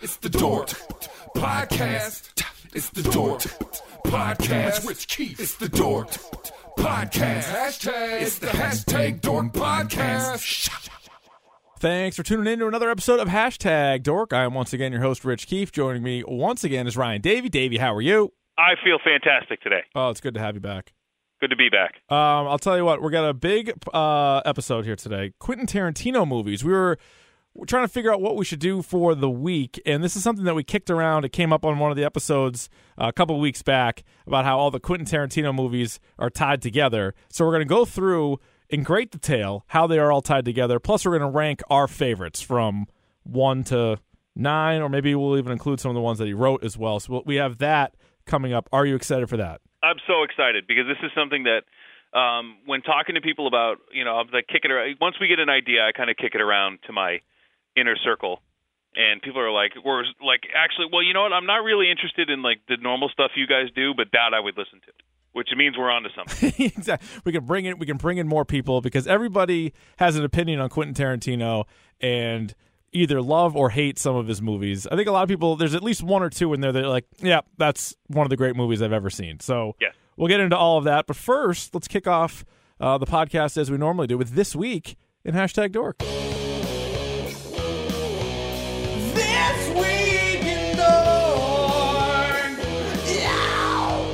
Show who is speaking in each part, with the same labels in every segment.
Speaker 1: It's the Dork Podcast. It's the Dork Podcast. Rich Keith. It's the Dork Podcast. Hashtag. It's the hashtag Dork Podcast.
Speaker 2: Thanks for tuning in to another episode of Hashtag Dork. I am once again your host, Rich Keefe. Joining me once again is Ryan Davey. Davey, how are you?
Speaker 3: I feel fantastic today.
Speaker 2: Oh, it's good to have you back.
Speaker 3: Good to be back.
Speaker 2: Um, I'll tell you what, we got a big uh, episode here today. Quentin Tarantino movies. We were we're trying to figure out what we should do for the week, and this is something that we kicked around. It came up on one of the episodes uh, a couple weeks back about how all the Quentin Tarantino movies are tied together. So we're going to go through in great detail how they are all tied together. Plus, we're going to rank our favorites from one to nine, or maybe we'll even include some of the ones that he wrote as well. So we'll, we have that coming up. Are you excited for that?
Speaker 3: I'm so excited because this is something that um, when talking to people about, you know, I'm like kicking around. Once we get an idea, I kind of kick it around to my inner circle, and people are like, "We're like, actually, well, you know what? I'm not really interested in like the normal stuff you guys do, but that I would listen to." Which means we're onto something.
Speaker 2: exactly. We can bring in we can bring in more people because everybody has an opinion on Quentin Tarantino and either love or hate some of his movies. I think a lot of people there's at least one or two in there that are like, yeah, that's one of the great movies I've ever seen. So
Speaker 3: Yes.
Speaker 2: we'll get into all of that, but first let's kick off uh, the podcast as we normally do with this week in hashtag Dork.
Speaker 4: This week in Dork. Yeah.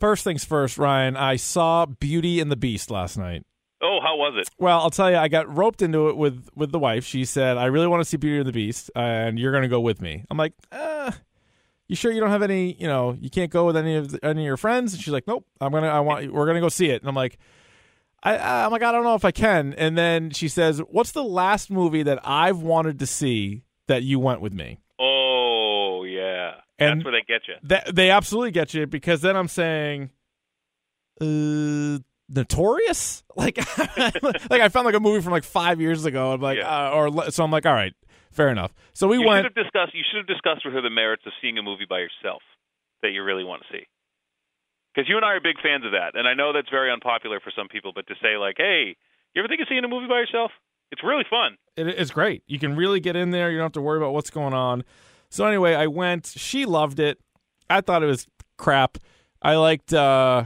Speaker 2: First things first, Ryan. I saw Beauty and the Beast last night.
Speaker 3: Oh, how was it?
Speaker 2: Well, I'll tell you, I got roped into it with with the wife. She said, "I really want to see Beauty and the Beast, and you're going to go with me." I'm like, uh, "You sure you don't have any? You know, you can't go with any of the, any of your friends?" And she's like, "Nope, I'm gonna, I want, we're gonna go see it." And I'm like, I, I, "I'm like, I don't know if I can." And then she says, "What's the last movie that I've wanted to see that you went with me?"
Speaker 3: Oh, yeah.
Speaker 2: And-
Speaker 3: That's where they get you.
Speaker 2: That they absolutely get you because then I'm saying, uh, notorious. Like, like I found like a movie from like five years ago. I'm like,
Speaker 3: Yeah.
Speaker 2: uh, or le- so I'm like, all right, fair enough. So we
Speaker 3: you should
Speaker 2: went.
Speaker 3: have discussed. You should have discussed with her the merits of seeing a movie by yourself that you really want to see. Because you and I are big fans of that, and I know that's very unpopular for some people. But to say like, "Hey, you ever think of seeing a movie by yourself? It's really fun."
Speaker 2: It, it's great. You can really get in there. You don't have to worry about what's going on. So anyway, I went. She loved it. I thought it was crap. I liked uh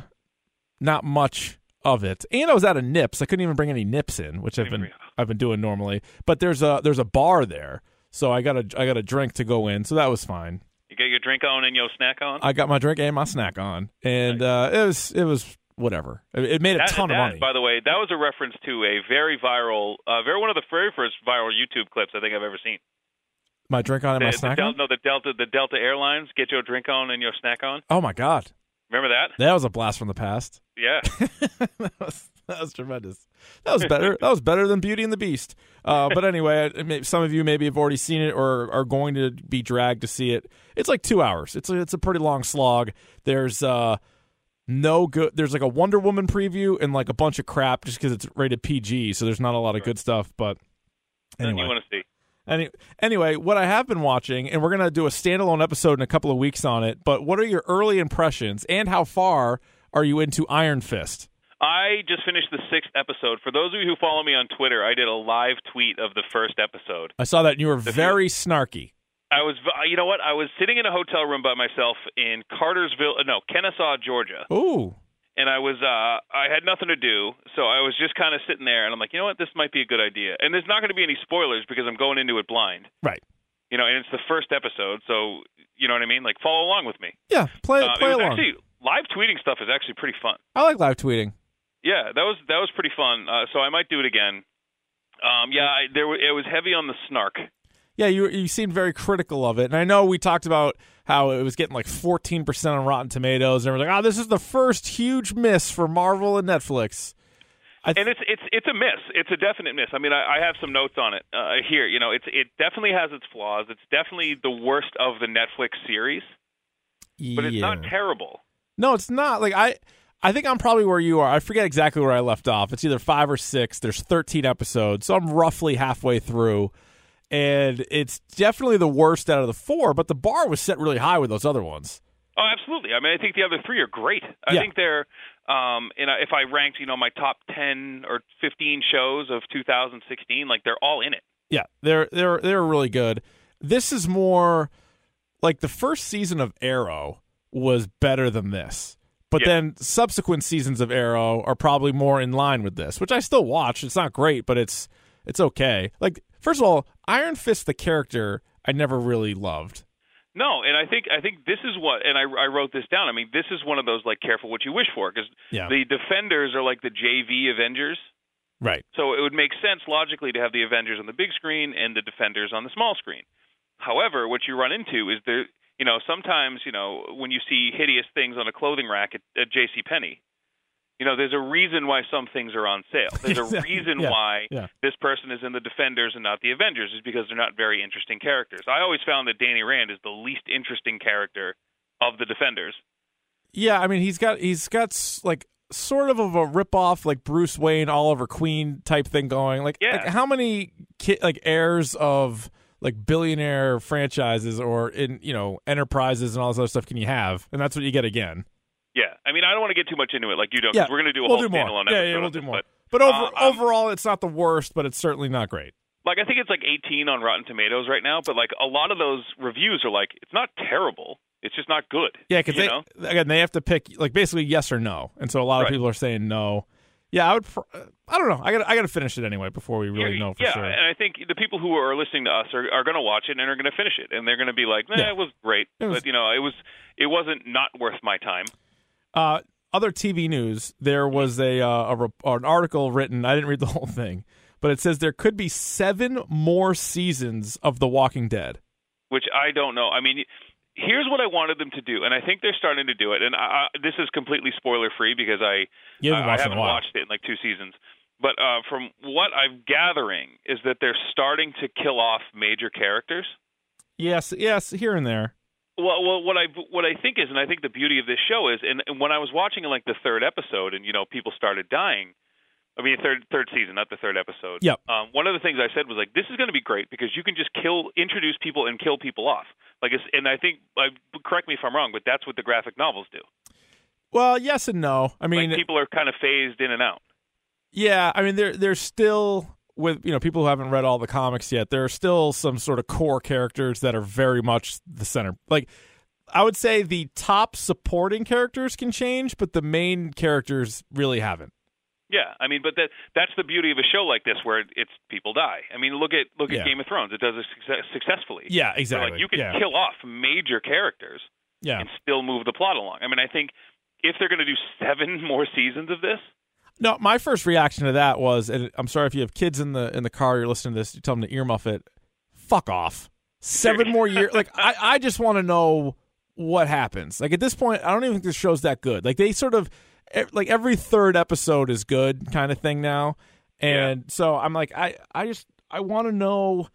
Speaker 2: not much of it, and I was out of nips. I couldn't even bring any nips in, which I've been I've been doing normally. But there's a there's a bar there, so I got a I got a drink to go in, so that was fine.
Speaker 3: You get your drink on and your snack on.
Speaker 2: I got my drink and my snack on, and uh, it was it was whatever. It, it made a
Speaker 3: That-
Speaker 2: ton
Speaker 3: that,
Speaker 2: of money.
Speaker 3: By the way, that was a reference to a very viral, uh, very one of the very first viral YouTube clips I think I've ever seen.
Speaker 2: my drink on and my
Speaker 3: the, the
Speaker 2: snack
Speaker 3: Del-
Speaker 2: on.
Speaker 3: no, the Delta, the Delta Airlines, get your drink on and your snack on.
Speaker 2: Oh my god,
Speaker 3: Remember that?
Speaker 2: that was a blast from the past.
Speaker 3: Yeah.
Speaker 2: that, was, that was tremendous. That was better. that was better than Beauty and the Beast. Uh, but anyway, I- I may- some of you maybe have already seen it or are going to be dragged to see it. It's like two hours. It's a, it's a pretty long slog. There's uh, no good. There's like a Wonder Woman preview and like a bunch of crap just because it's rated PG. So there's not a lot of good stuff. But
Speaker 3: Nothing
Speaker 2: anyway,
Speaker 3: You want to see?
Speaker 2: any, anyway, what I have been watching, and we're going to do a standalone episode in a couple of weeks on it. But what are your early impressions, and how far are you into Iron Fist?
Speaker 3: I just finished the sixth episode. For those of you who follow me on Twitter, I did a live tweet of the first episode.
Speaker 2: I saw that and you were very snarky.
Speaker 3: I was, you know what? I was sitting in a hotel room by myself in Cartersville, no, Kennesaw, Georgia,
Speaker 2: Ooh.
Speaker 3: and I was, uh, I had nothing to do, so I was just kind of sitting there, and I'm like, you know what? This might be a good idea. And there's not going to be any spoilers because I'm going into it blind,
Speaker 2: Right.
Speaker 3: you know, and it's the first episode, so you know what I mean? Like, follow along with me.
Speaker 2: Yeah, play
Speaker 3: Uh,
Speaker 2: play
Speaker 3: it was
Speaker 2: along.
Speaker 3: Actually, live tweeting stuff is actually pretty fun.
Speaker 2: I like live tweeting.
Speaker 3: Yeah, that was that was pretty fun. Uh, so I might do it again. Um, yeah, I, there wa- it was heavy on the snark.
Speaker 2: Yeah, you you seemed very critical of it. And I know we talked about how it was getting like 14% on Rotten Tomatoes and everything. Oh, this is the first huge miss for Marvel and Netflix. I th-
Speaker 3: and it's it's it's a miss. It's a definite miss. I mean, I, I have some notes on it uh, here. You know, it's it definitely has its flaws. It's definitely the worst of the Netflix series, but it's not
Speaker 2: Yeah.
Speaker 3: terrible.
Speaker 2: No, it's not. Like I I think I'm probably where you are. I forget exactly where I left off. It's either 5 or 6. There's 13 episodes. So I'm roughly halfway through. And it's definitely the worst out of the four, but the bar was set really high with those other ones.
Speaker 3: Oh, absolutely. I mean, I think the other three are great. I
Speaker 2: Yeah.
Speaker 3: think they're, um, and I- if I ranked, you know, my top ten or fifteen shows of 2016, like they're all in it.
Speaker 2: Yeah, they're they're they're really good. This is more like the first season of Arrow was better than this. But
Speaker 3: Yeah.
Speaker 2: then subsequent seasons of Arrow are probably more in line with this, which I still watch. It's not great, but it's it's okay. Like first of all, Iron Fist the character I never really loved.
Speaker 3: No, and I think I think this is what, and I, I wrote this down. I mean, this is one of those like careful what you wish for because
Speaker 2: Yeah.
Speaker 3: the Defenders are like the JV Avengers,
Speaker 2: Right.
Speaker 3: so it would make sense logically to have the Avengers on the big screen and the Defenders on the small screen. However, what you run into is there, you know, sometimes you know when you see hideous things on a clothing rack at, at J.C. Penney, you know, there's a reason why some things are on sale. There's a
Speaker 2: Exactly.
Speaker 3: reason
Speaker 2: Yeah.
Speaker 3: why
Speaker 2: Yeah.
Speaker 3: this person is in the Defenders and not the Avengers is because they're not very interesting characters. I always found that Danny Rand is the least interesting character of the Defenders.
Speaker 2: Yeah, I mean he's got he's got s- like sort of of a rip off like Bruce Wayne Oliver Queen type thing going. Like,
Speaker 3: Yeah.
Speaker 2: like, how many ki- like heirs of like billionaire franchises or in you know enterprises and all this other stuff can you have? And that's what you get again.
Speaker 3: Yeah, I mean, I don't want to get too much into it, like you don't,
Speaker 2: Yeah,
Speaker 3: because we're going to do a
Speaker 2: we'll
Speaker 3: whole
Speaker 2: do more.
Speaker 3: standalone
Speaker 2: Yeah,
Speaker 3: episode
Speaker 2: yeah, we'll
Speaker 3: on
Speaker 2: do
Speaker 3: this,
Speaker 2: more.
Speaker 3: but-
Speaker 2: But over,
Speaker 3: uh, um,
Speaker 2: overall, it's not the worst, but it's certainly not great.
Speaker 3: like I think it's like 18 on Rotten Tomatoes right now, but like a lot of those reviews are like it's not terrible, it's just not good.
Speaker 2: Yeah, because
Speaker 3: you
Speaker 2: they
Speaker 3: know?
Speaker 2: again they have to pick like basically yes or no, and so a lot of
Speaker 3: Right.
Speaker 2: people are saying no. Yeah, I would. Pr- uh, I don't know. I got. to I got to finish it anyway before we really
Speaker 3: yeah,
Speaker 2: know for
Speaker 3: yeah,
Speaker 2: sure.
Speaker 3: and I think the people who are listening to us are, are going to watch it and are going to finish it, and they're going to be like, "Nah,
Speaker 2: Yeah.
Speaker 3: it was great,
Speaker 2: It was-
Speaker 3: but you know, it was it wasn't not worth my time."
Speaker 2: Uh, other TV news: there was a, uh, a rep- an article written. I didn't read the whole thing, but it says there could be seven more seasons of The Walking Dead.
Speaker 3: which I don't know. I mean, here's what I wanted them to do, and I think they're starting to do it. And I, I, this is completely spoiler free because I
Speaker 2: You haven't
Speaker 3: I, I
Speaker 2: watched it in a
Speaker 3: haven't
Speaker 2: while.
Speaker 3: watched it in like two seasons. But uh, from what I'm gathering is that they're starting to kill off major characters.
Speaker 2: Yes, yes, here and there.
Speaker 3: Well, well, what I what I think is, and I think the beauty of this show is, and, and when I was watching like the third episode, and you know people started dying. I mean, third third season, not the third episode.
Speaker 2: Yep.
Speaker 3: Um, one of the things I said was like, this is going to be great because you can just kill, introduce people, and kill people off. Like, it's, and I think, like, correct me if I'm wrong, but that's what the graphic novels do.
Speaker 2: Well, yes and no. I mean,
Speaker 3: like, people are kind of phased in and out.
Speaker 2: yeah, I mean there there's still with you know people who haven't read all the comics yet. There are still some sort of core characters that are very much the center. Like I would say the top supporting characters can change, but the main characters really haven't.
Speaker 3: Yeah, I mean, but that that's the beauty of a show like this where it's people die. I mean, look at look
Speaker 2: Yeah.
Speaker 3: at Game of Thrones; it does it success, successfully.
Speaker 2: Yeah,
Speaker 3: So,
Speaker 2: exactly.
Speaker 3: Like, you can
Speaker 2: yeah.
Speaker 3: kill off major characters.
Speaker 2: yeah.
Speaker 3: and still move the plot along. I mean, I think if they're going to do seven more seasons of this,
Speaker 2: No, my first reaction to that was, and I'm sorry if you have kids in the in the car, you're listening to this, you tell them to earmuff it. Fuck off. Seven more years. Like I, I just want to know what happens. Like at this point, I don't even think this show's that good. Like they sort of, ev- like every third episode is good kind of thing now, and so I'm like, I, I just, I want to know.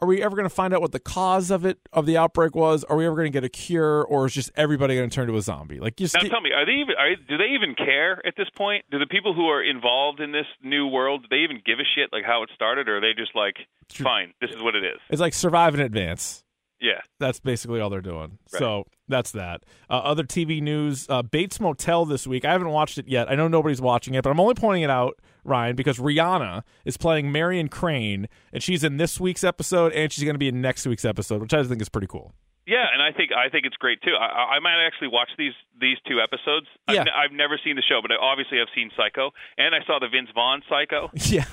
Speaker 2: Are we ever going to find out what the cause of it of the outbreak was? Are we ever going to get a cure, or is just everybody going to turn to a zombie? Like just
Speaker 3: now
Speaker 2: get-
Speaker 3: tell me, are they even are, do they even care at this point? Do the people who are involved in this new world do they even give a shit like how it started, or are they just like, fine, this is what it is?
Speaker 2: it's like survive in advance.
Speaker 3: Yeah,
Speaker 2: that's basically all they're doing. So that's that. Uh, other TV news: uh, Bates Motel this week. I haven't watched it yet. I know nobody's watching it, but I'm only pointing it out, Ryan, because Rihanna is playing Marion Crane, and she's in this week's episode, and she's going to be in next week's episode, which I think is pretty cool.
Speaker 3: yeah, and I think I think it's great too. I, I- I might actually watch these these two episodes.
Speaker 2: Yeah.
Speaker 3: I've, n- I've never seen the show, but I obviously I've seen Psycho, and I saw the Vince Vaughn Psycho,
Speaker 2: Yeah,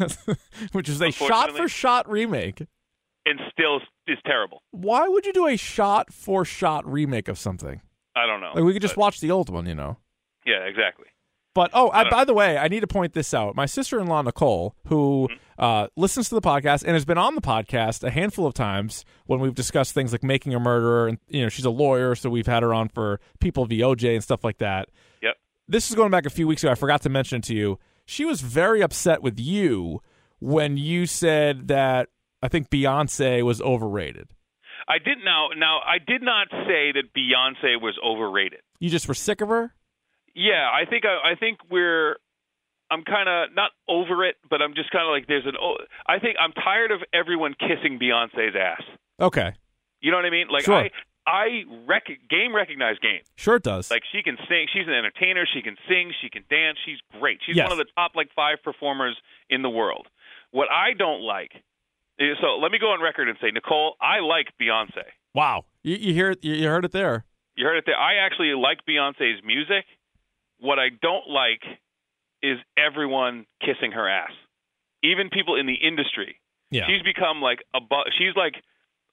Speaker 2: which is a shot for shot remake.
Speaker 3: and still is terrible.
Speaker 2: Why would you do a shot for shot remake of something?
Speaker 3: I don't know.
Speaker 2: Like we could just
Speaker 3: But-
Speaker 2: watch the old one, you know.
Speaker 3: yeah, exactly.
Speaker 2: But oh, I,
Speaker 3: don't
Speaker 2: by the way, I need to point this out. My sister-in-law Nicole, who
Speaker 3: Mm-hmm.
Speaker 2: uh, listens to the podcast and has been on the podcast a handful of times when we've discussed things like making a murderer, and you know she's a lawyer, so we've had her on for People v. OJ and stuff like that.
Speaker 3: Yep.
Speaker 2: This is going back a few weeks ago. I forgot to mention it to you. She was very upset with you when you said that I think Beyonce was overrated.
Speaker 3: I did now. Now I did not say that Beyonce was overrated.
Speaker 2: You just were sick of her.
Speaker 3: Yeah, I think I, I think we're. I'm kind of not over it, but I'm just kind of like there's an. o- I think I'm tired of everyone kissing Beyonce's ass.
Speaker 2: Okay,
Speaker 3: You know what I mean? Like
Speaker 2: Sure.
Speaker 3: I, I rec- game recognize game.
Speaker 2: sure it does.
Speaker 3: Like she can sing. She's an entertainer. She can sing. She can dance. She's great. She's
Speaker 2: Yes.
Speaker 3: one of the top like five performers in the world. What I don't like Eh, So let me go on record and say, Nicole, I like Beyonce.
Speaker 2: Wow. You, you hear it? You you heard it there.
Speaker 3: You heard it there. I actually like Beyonce's music. What I don't like is everyone kissing her ass. Even people in the industry.
Speaker 2: Yeah.
Speaker 3: She's become like above. She's like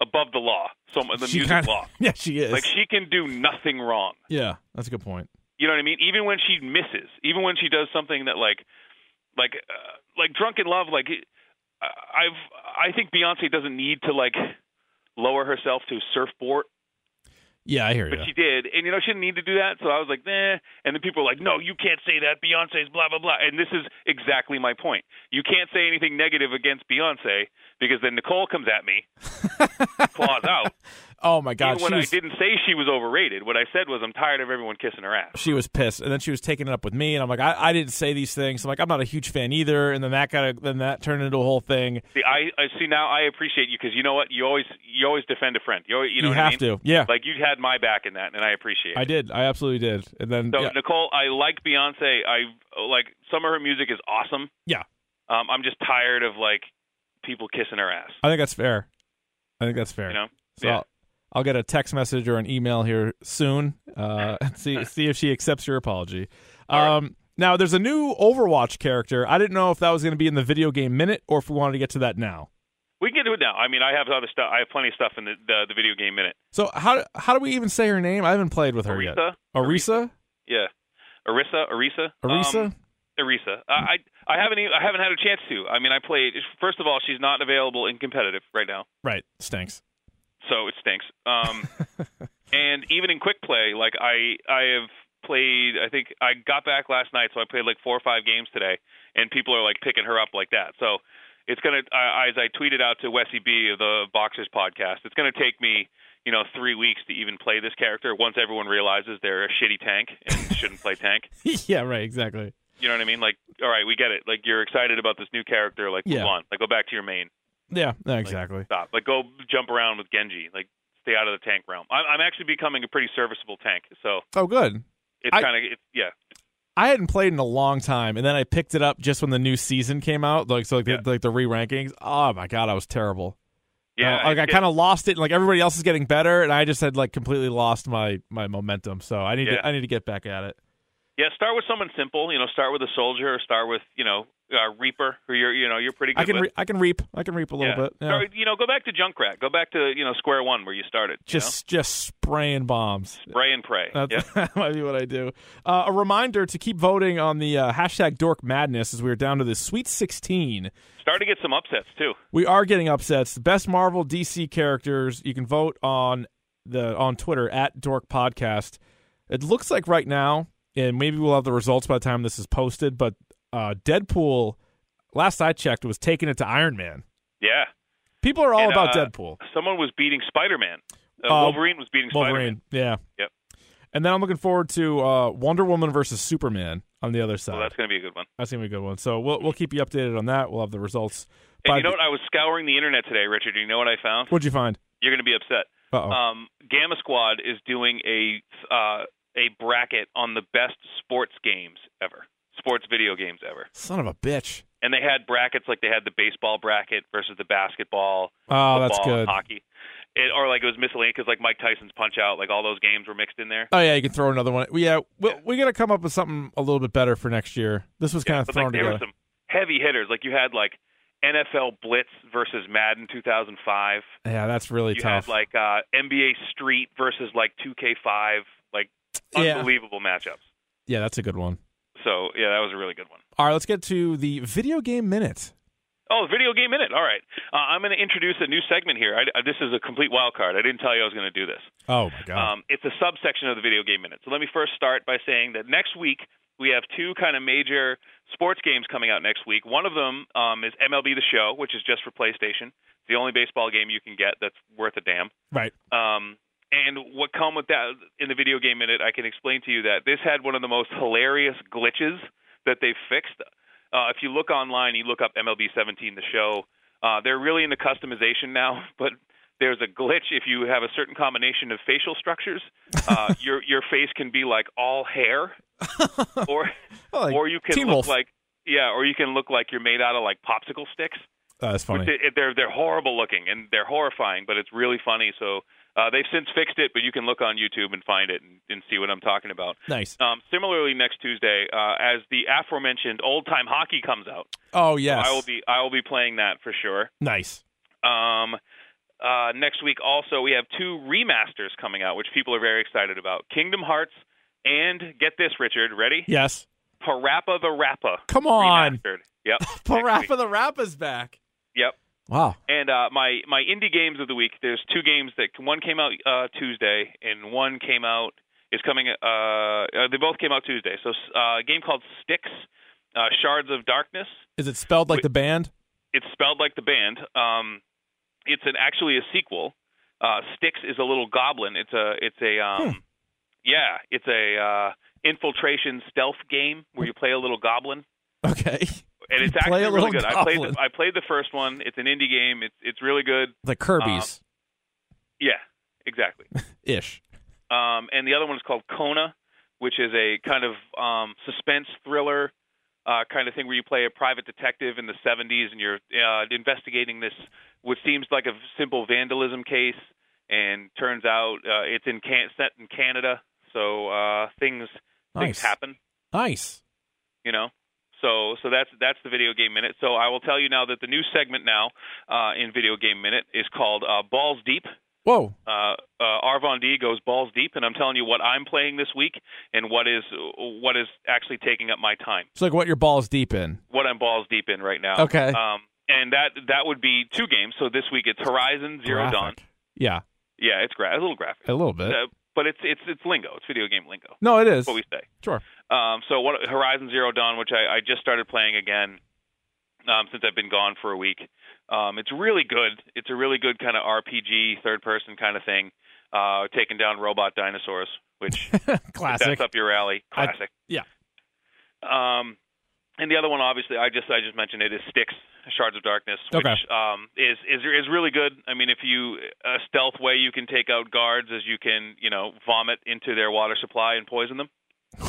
Speaker 3: above the law. So the
Speaker 2: She
Speaker 3: music
Speaker 2: kinda-
Speaker 3: law.
Speaker 2: Yeah, she is.
Speaker 3: Like she can do nothing wrong.
Speaker 2: yeah, that's a good point.
Speaker 3: You know what I mean? Even when she misses, even when she does something that like, like, uh, like drunken love. Like, uh, I've I think Beyonce doesn't need to like lower herself to surfboard,
Speaker 2: Yeah, I hear you.
Speaker 3: but she did, and you know she didn't need to do that. So I was like, nah. And then people were like, no, you can't say that. Beyonce's blah blah blah. And this is exactly my point. You can't say anything negative against Beyonce because then Nicole comes at me, claws out.
Speaker 2: oh my God,
Speaker 3: Even when
Speaker 2: she was,
Speaker 3: I didn't say she was overrated, what I said was I'm tired of everyone kissing her ass.
Speaker 2: she was pissed, and then she was taking it up with me, and I'm like, I, I didn't say these things. I'm like, I'm not a huge fan either, and then that got a, then that turned into a whole thing.
Speaker 3: See, I, I see now. I appreciate you because you know what? You always you always defend a friend. You, always, you know
Speaker 2: you
Speaker 3: what I
Speaker 2: have
Speaker 3: mean?
Speaker 2: to, yeah.
Speaker 3: Like you had my back in that, and I appreciate.
Speaker 2: I
Speaker 3: it.
Speaker 2: did, I absolutely did, and then
Speaker 3: So
Speaker 2: yeah,
Speaker 3: Nicole, I like Beyonce. I like some of her music is awesome.
Speaker 2: Yeah.
Speaker 3: Um, I'm just tired of like people kissing her ass.
Speaker 2: I think that's fair. I think that's fair.
Speaker 3: You know?
Speaker 2: So
Speaker 3: Yeah.
Speaker 2: I'll, I'll get a text message or an email here soon. Uh, and see see if she accepts your apology. Um, Now there's a new Overwatch character. I didn't know if that was going to be in the video game minute or if we wanted to get to that now.
Speaker 3: We can get to it now. I mean, I have other stuff. I have plenty of stuff in the the, the video game minute.
Speaker 2: So how how do we even say her name? I haven't played with her yet.
Speaker 3: Arisa,
Speaker 2: Arisa,
Speaker 3: yeah, Arisa, Arisa,
Speaker 2: Arisa.
Speaker 3: Um, Arisa. I I I haven't even, I haven't had a chance to. I mean, I played. First of all, she's not available in competitive right now.
Speaker 2: right, stinks.
Speaker 3: so it stinks. Um, and even in quick play, like I I have played. I think I got back last night, so I played like four or five games today, and people are like picking her up like that. So it's gonna I, as I tweeted out to Wessie B of the Boxers podcast. It's gonna take me you know three weeks to even play this character once everyone realizes they're a shitty tank and shouldn't play tank.
Speaker 2: yeah, right, exactly.
Speaker 3: You know what I mean? Like, all right, we get it. Like you're excited about this new character. Like,
Speaker 2: Yeah.
Speaker 3: move on. Like, go back to your main
Speaker 2: Yeah, no, exactly.
Speaker 3: stop. Like go jump around with Genji. Like stay out of the tank realm. I'm, I'm actually becoming a pretty serviceable tank. So
Speaker 2: oh, good.
Speaker 3: it's
Speaker 2: I-
Speaker 3: kind of it's, yeah.
Speaker 2: I hadn't played in a long time, and then I picked it up just when the new season came out. Like so, like
Speaker 3: Yeah.
Speaker 2: the, like the re rankings. Oh my god, I was terrible.
Speaker 3: Yeah,
Speaker 2: Uh, like I
Speaker 3: it-
Speaker 2: kind of lost it, and like everybody else is getting better, and I just had like completely lost my my momentum. So I need
Speaker 3: Yeah.
Speaker 2: to I need to get back at it.
Speaker 3: yeah. Start with someone simple. You know, start with a soldier or start with you know uh, Reaper, who you're you know you're pretty good
Speaker 2: I can
Speaker 3: with.
Speaker 2: re- I can reap I can reap a little
Speaker 3: yeah.
Speaker 2: bit. Yeah.
Speaker 3: Start- you know, go back to Junkrat. Go back to you know square one where you started. you
Speaker 2: just just spraying bombs.
Speaker 3: know? spray and pray.
Speaker 2: That's,
Speaker 3: yeah.
Speaker 2: that might be what I do. Uh, a reminder to keep voting on the uh, hashtag Dork Madness as we are down to the Sweet 16.
Speaker 3: Start to get some upsets too.
Speaker 2: We are getting upsets. The best Marvel DC characters. You can vote on the on Twitter at Dork Podcast. It looks like right now, and maybe we'll have the results by the time this is posted. But uh, Deadpool, last I checked, was taking it to Iron Man.
Speaker 3: Yeah.
Speaker 2: People are all
Speaker 3: And,
Speaker 2: about
Speaker 3: uh,
Speaker 2: Deadpool.
Speaker 3: Someone was beating Spider Man. Uh,
Speaker 2: Uh,
Speaker 3: Wolverine was beating Spider Man.
Speaker 2: Wolverine, yeah,
Speaker 3: Yep.
Speaker 2: And then I'm looking forward to uh, Wonder Woman versus Superman on the other side.
Speaker 3: Well, that's going to be a good one.
Speaker 2: That's gonna be a good one. So we'll we'll keep you updated on that. We'll have the results.
Speaker 3: And
Speaker 2: by
Speaker 3: you know
Speaker 2: the-
Speaker 3: what? I was scouring the internet today, Richard. You know what I found?
Speaker 2: What'd you find?
Speaker 3: You're going to be upset.
Speaker 2: Uh-oh.
Speaker 3: um, Gamma Squad is doing a uh, a bracket on the best sports games ever, sports video games ever,
Speaker 2: Son of a bitch.
Speaker 3: and they had brackets like they had the baseball bracket versus the basketball,
Speaker 2: Oh,
Speaker 3: football,
Speaker 2: that's
Speaker 3: and
Speaker 2: good.
Speaker 3: hockey, it, or like it was miscellaneous because like Mike Tyson's Punch Out, like all those games were mixed in there.
Speaker 2: Oh yeah, you can throw another one. Yeah, we we gotta come up with something a little bit better for next year. This was kind of
Speaker 3: But,
Speaker 2: thrown
Speaker 3: like there were
Speaker 2: together.
Speaker 3: some heavy hitters, like you had like NFL Blitz versus Madden 2005.
Speaker 2: yeah, that's really
Speaker 3: you
Speaker 2: tough.
Speaker 3: had like uh, NBA Street versus like 2K5, like
Speaker 2: Yeah.
Speaker 3: unbelievable matchups.
Speaker 2: yeah, that's a good one.
Speaker 3: So yeah, that was a really good one.
Speaker 2: All right, let's get to the video game minute.
Speaker 3: Oh, video game minute. All right, uh, I'm going to introduce a new segment here. I, I- this is a complete wild card. I didn't tell you I was going to do this.
Speaker 2: Oh my god.
Speaker 3: Um, it's a subsection of the video game minute. So let me first start by saying that next week we have two kind of major sports games coming out next week. One of them um, is MLB The Show, which is just for PlayStation. It's the only baseball game you can get that's worth a damn.
Speaker 2: right.
Speaker 3: Um, and what come with that in the video game minute, I can explain to you that this had one of the most hilarious glitches that they've fixed. Uh, if you look online, you look up MLB 17, the show. Uh, they're really into customization now, but there's a glitch if you have a certain combination of facial structures. Uh, your your face can be like all hair, or
Speaker 2: Oh, like
Speaker 3: or you can
Speaker 2: Teen
Speaker 3: look
Speaker 2: Wolf.
Speaker 3: like yeah, or you can look like you're made out of like popsicle sticks.
Speaker 2: Oh, that's funny.
Speaker 3: Which they- they're they're horrible looking and they're horrifying, but it's really funny. So uh, they've since fixed it, but you can look on YouTube and find it and, and see what I'm talking about.
Speaker 2: Nice.
Speaker 3: Um, similarly, next Tuesday, uh, as the aforementioned old time hockey comes out,
Speaker 2: Oh yes.
Speaker 3: I will be I will be playing that for sure.
Speaker 2: nice.
Speaker 3: Um, uh, next week, also we have two remasters coming out, which people are very excited about: Kingdom Hearts and get this, Richard, ready?
Speaker 2: Yes.
Speaker 3: Parappa the Rappa.
Speaker 2: Come on.
Speaker 3: Remastered. Yep. next week.
Speaker 2: Parappa the Rappa's back.
Speaker 3: Yep.
Speaker 2: Wow.
Speaker 3: And uh, my my indie games of the week. There's two games that one came out uh, Tuesday and one came out is coming. Uh, uh, they both came out Tuesday. So uh, a game called Sticks, uh, Shards of Darkness.
Speaker 2: Is it spelled like the band?
Speaker 3: It's spelled like the band. Um, it's an actually a sequel. Uh, Styx is a little goblin. It's a it's a um,
Speaker 2: Hmm.
Speaker 3: yeah. It's a uh, infiltration stealth game where you play a little goblin
Speaker 2: Okay.
Speaker 3: and it's
Speaker 2: Play
Speaker 3: actually
Speaker 2: a
Speaker 3: really
Speaker 2: little
Speaker 3: good. I played
Speaker 2: goblin.
Speaker 3: the, I played the first one. It's an indie game. It's it's really good.
Speaker 2: Like Kirby's
Speaker 3: Yeah, exactly.
Speaker 2: ish.
Speaker 3: Um, and the other one is called Kona, which is a kind of um, suspense thriller uh, kind of thing where you play a private detective in the 70s and you're uh, investigating this what seems like a simple vandalism case, and turns out uh, it's in can- set in Canada, so uh, things things
Speaker 2: Nice.
Speaker 3: happen,
Speaker 2: Nice.
Speaker 3: you know. So, so that's that's the video game minute. So I will tell you now that the new segment now uh, in video game minute is called uh, Balls Deep
Speaker 2: Whoa.
Speaker 3: uh, uh, Arvon D goes balls deep, and I'm telling you what I'm playing this week and what is what is actually taking up my time,
Speaker 2: It's like what your balls deep in.
Speaker 3: what I'm balls deep in right now.
Speaker 2: Okay.
Speaker 3: Um, and that that would be two games. So this week it's Horizon Zero
Speaker 2: Graphic.
Speaker 3: Dawn.
Speaker 2: Yeah,
Speaker 3: Yeah, it's gra- a little graphic,
Speaker 2: a little bit.
Speaker 3: uh, but it's it's it's lingo. It's video game lingo.
Speaker 2: no, it is.
Speaker 3: That's what we say.
Speaker 2: Sure.
Speaker 3: Um, so what Horizon Zero Dawn, which I, I just started playing again um, since I've been gone for a week. Um, it's really good. It's a really good kind of RPG, third person kind of thing, uh, taking down robot dinosaurs, which
Speaker 2: Classic.
Speaker 3: that's up your alley.
Speaker 2: I-
Speaker 3: Classic.
Speaker 2: yeah.
Speaker 3: Um, and the other one, obviously, I just I just mentioned it is Sticks, Shards of Darkness, which
Speaker 2: Okay.
Speaker 3: um, is is is really good. I mean, if you a stealth way you can take out guards, as you can you know vomit into their water supply and poison them.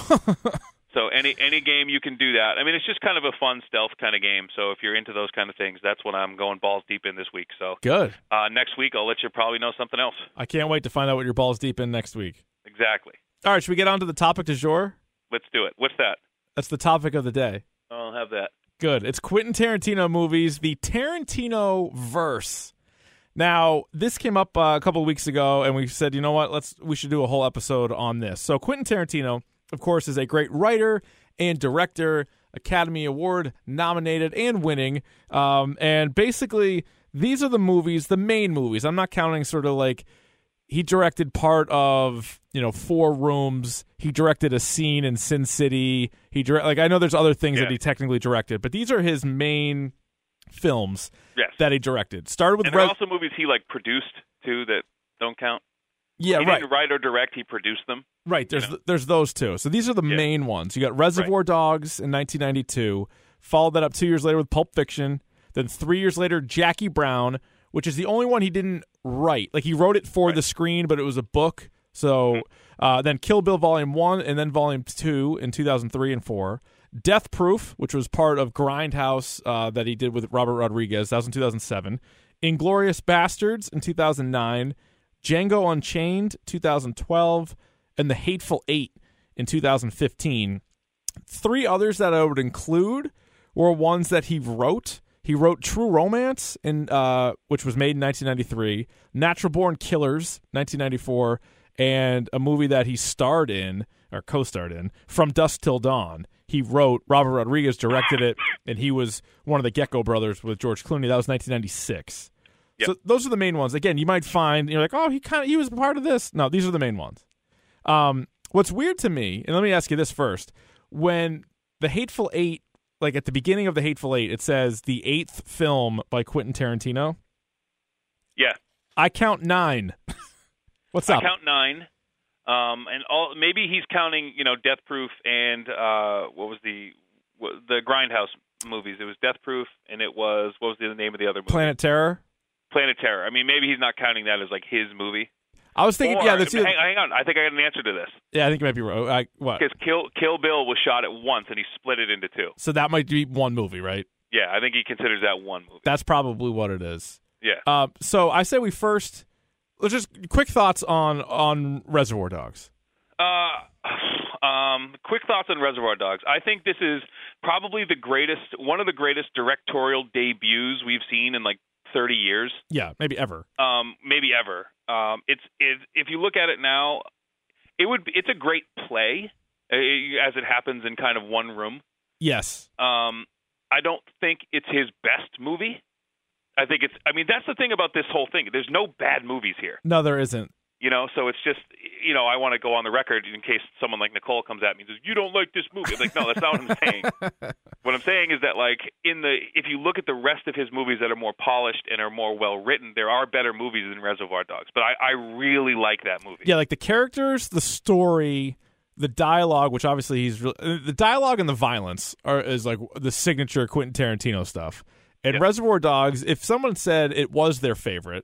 Speaker 3: so any any game you can do that. I mean, it's just kind of a fun stealth kind of game. So if you're into those kind of things, that's what I'm going balls deep in this week. So
Speaker 2: Good.
Speaker 3: uh, next week I'll let you probably know something else.
Speaker 2: I can't wait to find out what your balls deep in next week.
Speaker 3: Exactly.
Speaker 2: All right, should we get on to the topic du jour?
Speaker 3: Let's do it. What's that?
Speaker 2: That's the topic of the day.
Speaker 3: I'll have that.
Speaker 2: Good. It's Quentin Tarantino movies, the Tarantino verse. Now, this came up uh, a couple of weeks ago, and we said, you know what? Let's we should do a whole episode on this. So, Quentin Tarantino, of course, is a great writer and director, Academy Award nominated and winning. Um, and basically, these are the movies, the main movies. I'm not counting sort of like he directed part of you know four rooms he directed a scene in sin city he direct like i know there's other things that
Speaker 3: Yeah.
Speaker 2: he technically directed but these are his main films
Speaker 3: Yes.
Speaker 2: that he directed started with
Speaker 3: And there are
Speaker 2: Rev-
Speaker 3: also movies he like produced too that don't count.
Speaker 2: yeah
Speaker 3: he
Speaker 2: right
Speaker 3: didn't write or direct; he produced them.
Speaker 2: right there's th- there's those two so these are the
Speaker 3: Yeah.
Speaker 2: main ones you got reservoir dogs in 1992 followed that up two years later with pulp fiction then three years later jackie brown which is the only one he didn't write like he wrote it for the screen but it was a book so uh, then kill bill volume one and then volume two in 2003 and four death proof which was part of grindhouse uh, that he did with robert rodriguez that was in 2007 inglorious bastards in 2009 Django Unchained 2012 and The Hateful Eight in 2015. Three others that I would include were ones that he wrote. He wrote True Romance, in, uh, which was made in 1993, Natural Born Killers, 1994, and a movie that he starred in or co-starred in, From Dusk Till Dawn. He wrote. Robert Rodriguez directed it, and he was one of the Gecko brothers with George Clooney. That was 1996. So those are the main ones. Again, you might find you're like, oh, he kind of he was part of this. No, these are the main ones. Um, what's weird to me, and let me ask you this first: when the Hateful Eight, like at the beginning of the Hateful Eight, it says the eighth film by Quentin Tarantino.
Speaker 3: Yeah,
Speaker 2: I count nine. What's
Speaker 3: I
Speaker 2: up?
Speaker 3: count nine. Um, and all maybe he's counting, you know, Death Proof and uh, what was the what, the Grindhouse movies? It was Death Proof, and it was what was the name of the other movie?
Speaker 2: Planet Terror.
Speaker 3: Planet Terror. I mean, maybe he's not counting that as like his movie.
Speaker 2: I was thinking,
Speaker 3: Or-
Speaker 2: yeah, that's
Speaker 3: hang,
Speaker 2: either,
Speaker 3: hang on, I think I got an answer to this
Speaker 2: yeah. I think you might be right. I, what?
Speaker 3: because Kill Kill Bill was shot at once, and he split it into two.
Speaker 2: So that might be one movie, right?
Speaker 3: Yeah, I think he considers that one movie.
Speaker 2: That's probably what it is.
Speaker 3: Yeah.
Speaker 2: Uh, so I say we first. Let's just quick thoughts on on Reservoir Dogs.
Speaker 3: Uh, um, quick thoughts on Reservoir Dogs. I think this is probably the greatest, one of the greatest directorial debuts we've seen in like 30 years,
Speaker 2: Yeah, maybe ever.
Speaker 3: um, maybe ever. Um, it's it, if you look at it now, it would it's a great play eh, as it happens in kind of one room.
Speaker 2: Yes.
Speaker 3: Um, I don't think it's his best movie. I think it's. I mean, that's the thing about this whole thing. There's no bad movies here.
Speaker 2: No, there isn't.
Speaker 3: You know, so it's just you know, I want to go on the record in case someone like Nicole comes at me and says, You don't like this movie. I'm like, no, that's not what I'm saying. what I'm saying is that like in the if you look at the rest of his movies that are more polished and are more well written, there are better movies than Reservoir Dogs. But I, I really like that movie.
Speaker 2: Yeah, like the characters, the story, the dialogue, which obviously he's re- the dialogue and the violence are is like the signature Quentin Tarantino stuff. And
Speaker 3: Yeah.
Speaker 2: Reservoir Dogs, if someone said it was their favorite,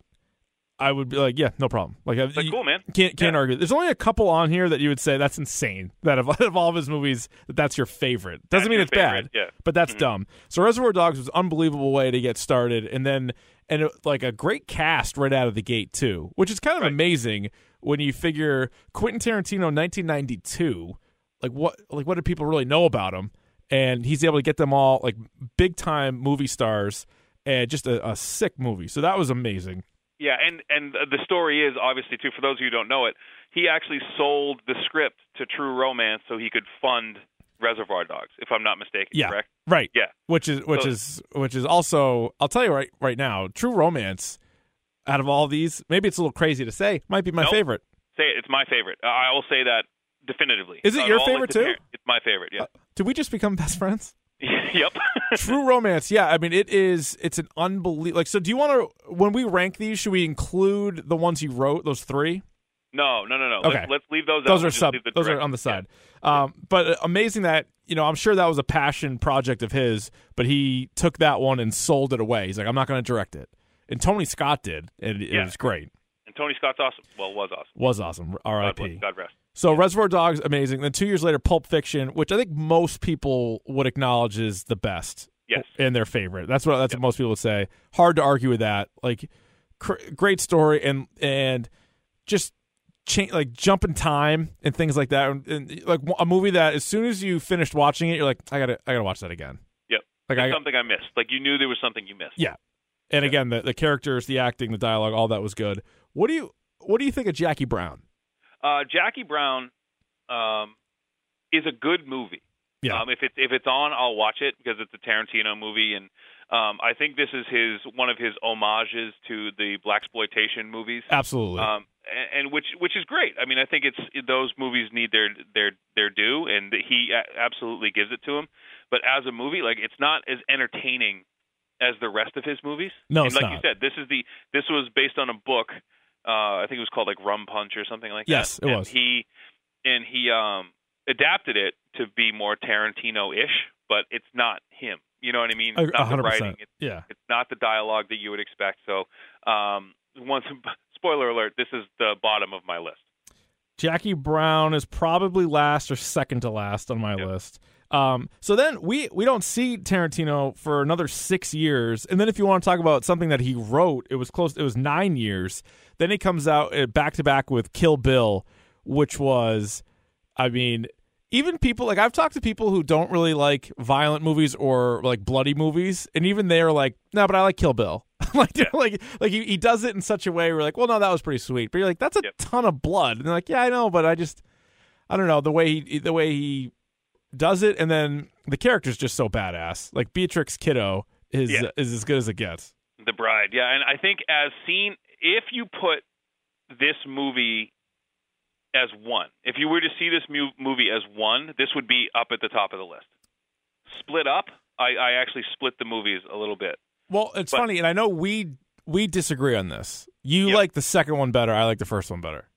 Speaker 2: I would be like, yeah, no problem. Like, I-
Speaker 3: Like,
Speaker 2: you-
Speaker 3: cool, man.
Speaker 2: Can't can't
Speaker 3: Yeah.
Speaker 2: argue. There's only a couple on here that you would say that's insane. That of, of all of his movies, that that's your favorite. Doesn't
Speaker 3: That's
Speaker 2: mean
Speaker 3: your
Speaker 2: it's
Speaker 3: favorite,
Speaker 2: bad,
Speaker 3: yeah. Mm-hmm.
Speaker 2: but that's dumb. So Reservoir Dogs was an unbelievable way to get started, and then and it, like a great cast right out of the gate too, which is kind of amazing when you figure Quentin Tarantino, 1992. Like what like what did people really know about him? And he's able to get them all like big time movie stars and just a, a sick movie. So that was amazing.
Speaker 3: Yeah, and and the story is obviously too. For those of you who don't know it, he actually sold the script to True Romance so he could fund Reservoir Dogs, if I'm not mistaken.
Speaker 2: Yeah.
Speaker 3: Correct.
Speaker 2: Right.
Speaker 3: Yeah.
Speaker 2: Which is which
Speaker 3: So-
Speaker 2: is which is also I'll tell you right right now, True Romance out of all these, maybe it's a little crazy to say, might be my
Speaker 3: Nope.
Speaker 2: favorite.
Speaker 3: Say it. It's my favorite. Uh, I will say that definitively.
Speaker 2: Is it
Speaker 3: Of
Speaker 2: your
Speaker 3: all of
Speaker 2: favorite
Speaker 3: the
Speaker 2: too? Uh,
Speaker 3: pair- It's my favorite. Yeah.
Speaker 2: Did we just become best friends?
Speaker 3: yep.
Speaker 2: True Romance, yeah. I mean, it is it's an unbelievable like so do you want to when we rank these, should we include the ones you wrote, those 3?
Speaker 3: no, no, no, no.
Speaker 2: Okay.
Speaker 3: Let's, let's leave those. out.
Speaker 2: those
Speaker 3: We'll
Speaker 2: are
Speaker 3: just
Speaker 2: sub
Speaker 3: leave the
Speaker 2: those are
Speaker 3: direct-
Speaker 2: on the side. Um but uh, amazing that, you know, I'm sure that was a passion project of his, but he took that one and sold it away. He's like I'm not going to direct it. And Tony Scott did, and it
Speaker 3: Yeah.
Speaker 2: was great.
Speaker 3: And Tony Scott's awesome. Well, was awesome.
Speaker 2: Was awesome.
Speaker 3: God,
Speaker 2: R.I.P.
Speaker 3: bless- God rest.
Speaker 2: So Reservoir Dogs, amazing. Then two years later, Pulp Fiction, which I think most people would acknowledge is the best
Speaker 3: Yes.
Speaker 2: and their favorite. That's what that's what most people would say. Hard to argue with that. Like, cr- great story and and just change like jump in time and things like that. And, and, like a movie that as soon as you finished watching it, you're like, I gotta I gotta watch that again.
Speaker 3: Yep.
Speaker 2: Like I
Speaker 3: something I missed. Like you knew there was something you missed.
Speaker 2: Yeah. and again the the characters, the acting, the dialogue, all that was good. What do you what do you think of Jackie Brown?
Speaker 3: Uh, Jackie Brown um, is a good movie.
Speaker 2: Yeah.
Speaker 3: Um, if it's if it's on, I'll watch it because it's a Tarantino movie, and um, I think this is his one of his homages to the black exploitation movies.
Speaker 2: Absolutely.
Speaker 3: um, and, and which which is great. I mean, I think it's those movies need their their their due, and he a- absolutely gives it to him. But as a movie, like it's not as entertaining as the rest of his movies.
Speaker 2: No,
Speaker 3: and
Speaker 2: it's
Speaker 3: like you
Speaker 2: not.
Speaker 3: said, this is the this was based on a book. Uh, I think it was called like Rum Punch or something like
Speaker 2: Yes,
Speaker 3: that.
Speaker 2: it
Speaker 3: And
Speaker 2: was.
Speaker 3: He and he um, adapted it to be more Tarantino-ish, but it's not him. You know what I mean?
Speaker 2: A-
Speaker 3: It's not the
Speaker 2: 100%.
Speaker 3: writing. It's
Speaker 2: yeah.
Speaker 3: it's not the dialogue that you would expect. So, um, once spoiler alert, this is the bottom of my list.
Speaker 2: Jackie Brown is probably last or second to last on my
Speaker 3: Yep.
Speaker 2: list. Um, so then we we don't see Tarantino for another six years, and then if you want to talk about something that he wrote, it was close. It was nine years. Then he comes out uh, back to back with Kill Bill, which was, I mean, even people like I've talked to people who don't really like violent movies or like bloody movies, and even they are like, no, but I like Kill Bill. like, they're like, like he, he does it in such a way where like, well, no, that was pretty sweet, but you're like, that's a
Speaker 3: Yep.
Speaker 2: ton of blood, and they're like, yeah, I know, but I just, I don't know the way he the way he does it, and then the character's just so badass. Like Beatrix Kiddo is
Speaker 3: Yeah.
Speaker 2: is as good as it gets.
Speaker 3: The Bride, yeah, and I think as seen, if you put this movie as one, if you were to see this mu- movie as one, this would be up at the top of the list. Split up, I, I actually split the movies a little bit.
Speaker 2: Well, it's
Speaker 3: But-
Speaker 2: funny, and I know we we disagree on this. You
Speaker 3: Yep.
Speaker 2: like the second one better. I like the first one better.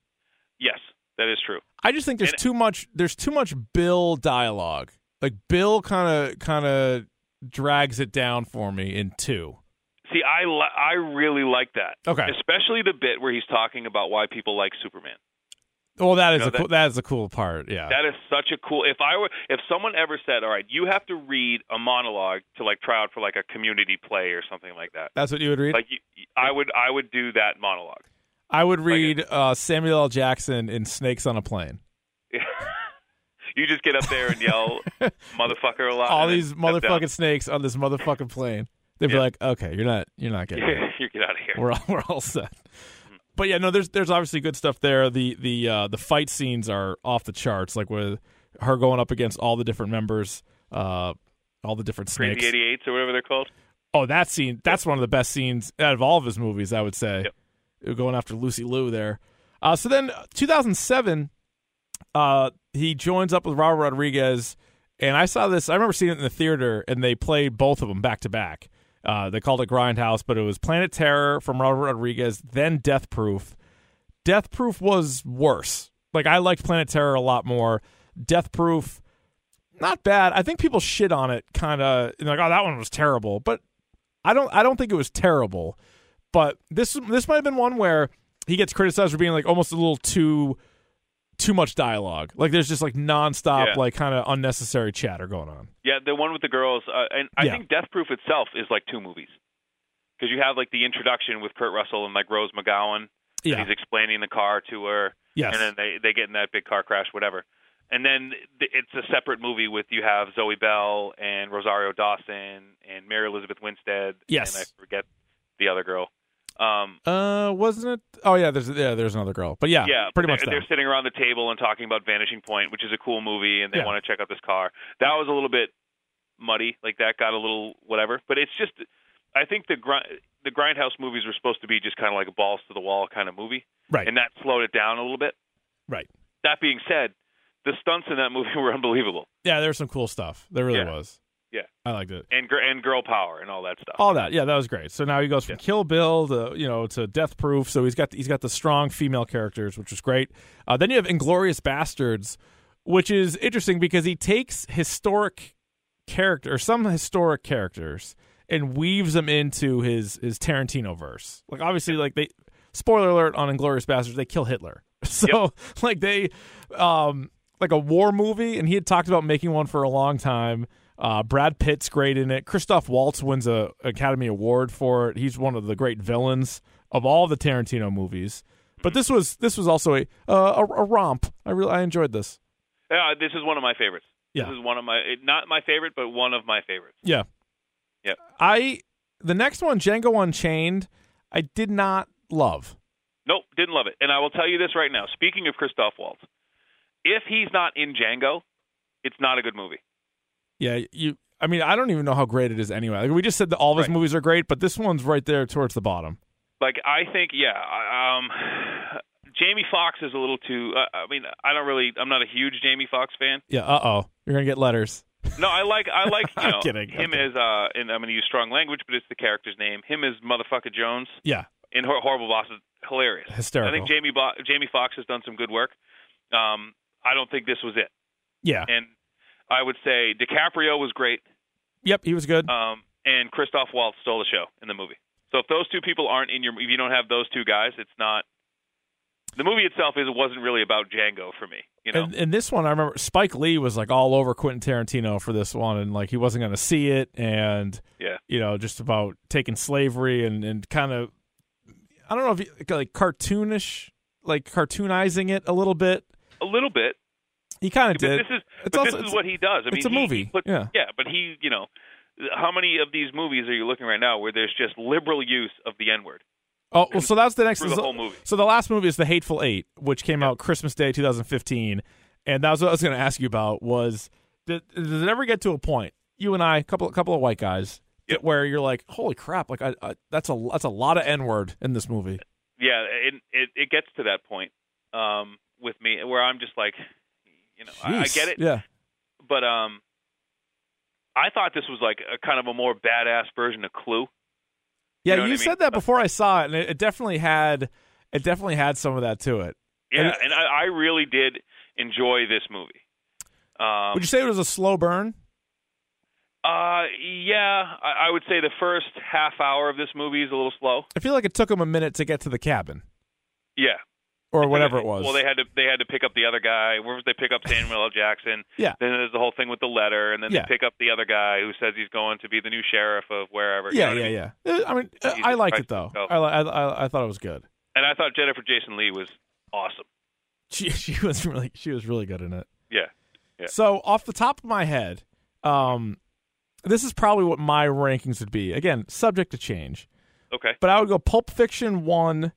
Speaker 3: Yes, that is true.
Speaker 2: I just think there's
Speaker 3: And-
Speaker 2: too much. There's too much Bill dialogue. Like Bill kind of kind of drags it down for me in two.
Speaker 3: See, I li- I really like that,
Speaker 2: Okay,
Speaker 3: especially the bit where he's talking about why people like Superman.
Speaker 2: Well, that is
Speaker 3: No,
Speaker 2: a
Speaker 3: that-
Speaker 2: cool, that is the cool part. Yeah.
Speaker 3: That is such a cool. If I were, if someone ever said, "All right, you have to read a monologue to like try out for like a community play or something like that,"
Speaker 2: That's what you would read.
Speaker 3: like you, I would, I would do that monologue.
Speaker 2: I would read uh, Samuel L. Jackson in Snakes on a Plane.
Speaker 3: You just get up there and yell, "Motherfucker!" a lot.
Speaker 2: All
Speaker 3: and then
Speaker 2: these
Speaker 3: step down.
Speaker 2: motherfucking snakes on this motherfucking plane. They'd be
Speaker 3: Uh, Yeah.
Speaker 2: like, "Okay, you're not you're not getting it.
Speaker 3: you get out of here.
Speaker 2: We're all we're all set." But yeah, no, there's there's obviously good stuff there. The the uh, the fight scenes are off the charts, like with her going up against all the different members, uh, all the different snakes.
Speaker 3: Crazy eighty eights or whatever they're called.
Speaker 2: Oh, that scene. That's one of the best scenes out of all of his movies, I would say. Going after Lucy Liu there. Uh, so then, uh, 2007, uh, he joins up with Robert Rodriguez, and I saw this. I remember seeing it in the theater, and they played both of them back to back. Uh, They called it Grindhouse, but it was Planet Terror from Robert Rodriguez, then Death Proof. Death Proof was worse. Like I liked Planet Terror a lot more. Death Proof, not bad. I think people shit on it, kind of like, oh, that one was terrible. But I don't I don't think it was terrible, but this this might have been one where he gets criticized for being like almost a little too too much dialogue. Like there's just like nonstop
Speaker 3: Yeah.
Speaker 2: like kind of unnecessary chatter going on.
Speaker 3: Yeah, the one with the girls, uh, and I
Speaker 2: Yeah.
Speaker 3: think Death Proof itself is like two movies because you have like the introduction with Kurt Russell and like Rose McGowan.
Speaker 2: Yeah.
Speaker 3: He's explaining the car to her.
Speaker 2: Yes.
Speaker 3: and then they they get in that big car crash, whatever. And then th- it's a separate movie with you have Zoe Bell and Rosario Dawson and Mary Elizabeth Winstead.
Speaker 2: Yes.
Speaker 3: and I forget the other girl. Um,
Speaker 2: uh wasn't it Oh yeah, there's yeah, there's another girl. But yeah,
Speaker 3: yeah,
Speaker 2: pretty
Speaker 3: they're,
Speaker 2: much that.
Speaker 3: they're sitting around the table and talking about Vanishing Point, which is a cool movie, and they
Speaker 2: Yeah.
Speaker 3: want to check out this car. That was a little bit muddy, like that got a little whatever. But it's just, I think the grind, the grindhouse movies were supposed to be just kind of like a balls to the wall kind of movie,
Speaker 2: Right.
Speaker 3: and that slowed it down a little bit.
Speaker 2: right.
Speaker 3: That being said, the stunts in that movie were unbelievable,
Speaker 2: Yeah, there's some cool stuff. There really
Speaker 3: Yeah.
Speaker 2: was.
Speaker 3: Yeah.
Speaker 2: I liked it.
Speaker 3: and gir- and girl power and all that stuff.
Speaker 2: All that. Yeah, that was great. So now he goes from Kill Bill to, you know, to Death Proof. So he's got he's got the strong female characters, which was great. Uh, then you have Inglorious Bastards, which is interesting because he takes historic character or some historic characters and weaves them into his his Tarantino verse. Like obviously like they spoiler alert on Inglorious Bastards, they kill Hitler. So like they um like a war movie and he had talked about making one for a long time. Uh, Brad Pitt's great in it. Christoph Waltz wins a Academy Award for it. He's one of the great villains of all the Tarantino movies. But this was this was also a uh, a, a romp. I really I enjoyed this.
Speaker 3: Yeah, this is one of my favorites.
Speaker 2: Yeah.
Speaker 3: This is one of my it- not my favorite, but one of my favorites.
Speaker 2: Yeah.
Speaker 3: Yep.
Speaker 2: I the next one, Django Unchained, I did not love.
Speaker 3: Nope, didn't love it. And I will tell you this right now. Speaking of Christoph Waltz, if he's not in Django, it's not a good movie.
Speaker 2: Yeah, you. I mean, I don't even know how great it is anyway. Like we just said that all of his
Speaker 3: Right.
Speaker 2: movies are great, but this one's right there towards the bottom.
Speaker 3: Like I think, yeah, I- um, Jamie Foxx is a little too. Uh, I mean, I don't really. I'm not a huge Jamie Foxx fan.
Speaker 2: Yeah. Uh oh, you're gonna get letters.
Speaker 3: No, I like I like you
Speaker 2: I'm
Speaker 3: know
Speaker 2: kidding, I'm
Speaker 3: him
Speaker 2: kidding.
Speaker 3: as uh, and I'm going to use strong language, but it's the character's name. Him as motherfucker Jones.
Speaker 2: Yeah.
Speaker 3: in Hor- Horrible Boss is hilarious.
Speaker 2: Hysterical.
Speaker 3: I think Jamie Bo- Jamie Fox has done some good work. Um, I don't think this was it,
Speaker 2: Yeah.
Speaker 3: and I would say DiCaprio was great,
Speaker 2: Yep. He was good.
Speaker 3: um, and Christoph Waltz stole the show in the movie. So if those two people aren't in your, if you don't have those two guys, it's not. The movie itself is wasn't really about Django for me, you know.
Speaker 2: And, and this one, I remember Spike Lee was like all over Quentin Tarantino for this one, and like he wasn't going to see it, and
Speaker 3: Yeah.
Speaker 2: you know, just about taking slavery and and kind of, I don't know if you, like cartoonish, like cartoonizing it a little bit.
Speaker 3: a little bit.
Speaker 2: He kind of
Speaker 3: But
Speaker 2: did.
Speaker 3: this is
Speaker 2: It's
Speaker 3: but
Speaker 2: also-
Speaker 3: this
Speaker 2: it's-
Speaker 3: is what he does. I mean,
Speaker 2: it's a
Speaker 3: he- he
Speaker 2: movie,
Speaker 3: puts-
Speaker 2: yeah.
Speaker 3: but he, you know, how many of these movies are you looking right now where there's just liberal use of the N word?
Speaker 2: Oh, well, so that's the next
Speaker 3: through the whole movie.
Speaker 2: So the last movie is The Hateful Eight, which came out Christmas Day 2015, and that was what I was going to ask you about. Was did, does it ever get to a point, you and I, a couple, a couple of white guys,
Speaker 3: Yep.
Speaker 2: where you're like, holy crap, like I, I, that's a that's a lot of n word in this movie.
Speaker 3: yeah, it it, it gets to that point um, with me where I'm just like, you know, I, I
Speaker 2: Jeez.
Speaker 3: get it,
Speaker 2: Yeah,
Speaker 3: but um, I thought this was like a kind of a more badass version of Clue.
Speaker 2: yeah. You,
Speaker 3: know what I mean?
Speaker 2: said that before I saw it, and it, it definitely had it definitely had some of that to it.
Speaker 3: Yeah,
Speaker 2: And it-
Speaker 3: and, I, I really did enjoy this movie. Um,
Speaker 2: Would you say it was a slow burn?
Speaker 3: uh, yeah, I, I would say the first half hour of this movie is a little slow.
Speaker 2: I feel like it took him a minute to get to the cabin.
Speaker 3: Yeah,
Speaker 2: or whatever it was.
Speaker 3: Well, they had to they had to pick up the other guy. Where was they pick up Samuel L. Jackson?
Speaker 2: Yeah.
Speaker 3: Then there's the whole thing with the letter, and then
Speaker 2: Yeah.
Speaker 3: they pick up the other guy who says he's going to be the new sheriff of wherever. you
Speaker 2: yeah,
Speaker 3: know what I
Speaker 2: yeah,
Speaker 3: mean?
Speaker 2: yeah. Uh, I mean, uh,
Speaker 3: Jesus
Speaker 2: I liked it
Speaker 3: Christ,
Speaker 2: though.
Speaker 3: go.
Speaker 2: I, li- I, I I thought it was good.
Speaker 3: And I thought Jennifer Jason Lee was awesome.
Speaker 2: She she was really she was really good in it.
Speaker 3: Yeah. Yeah.
Speaker 2: So off the top of my head, um, this is probably what my rankings would be. Again, subject to change,
Speaker 3: Okay.
Speaker 2: but I would go Pulp Fiction one,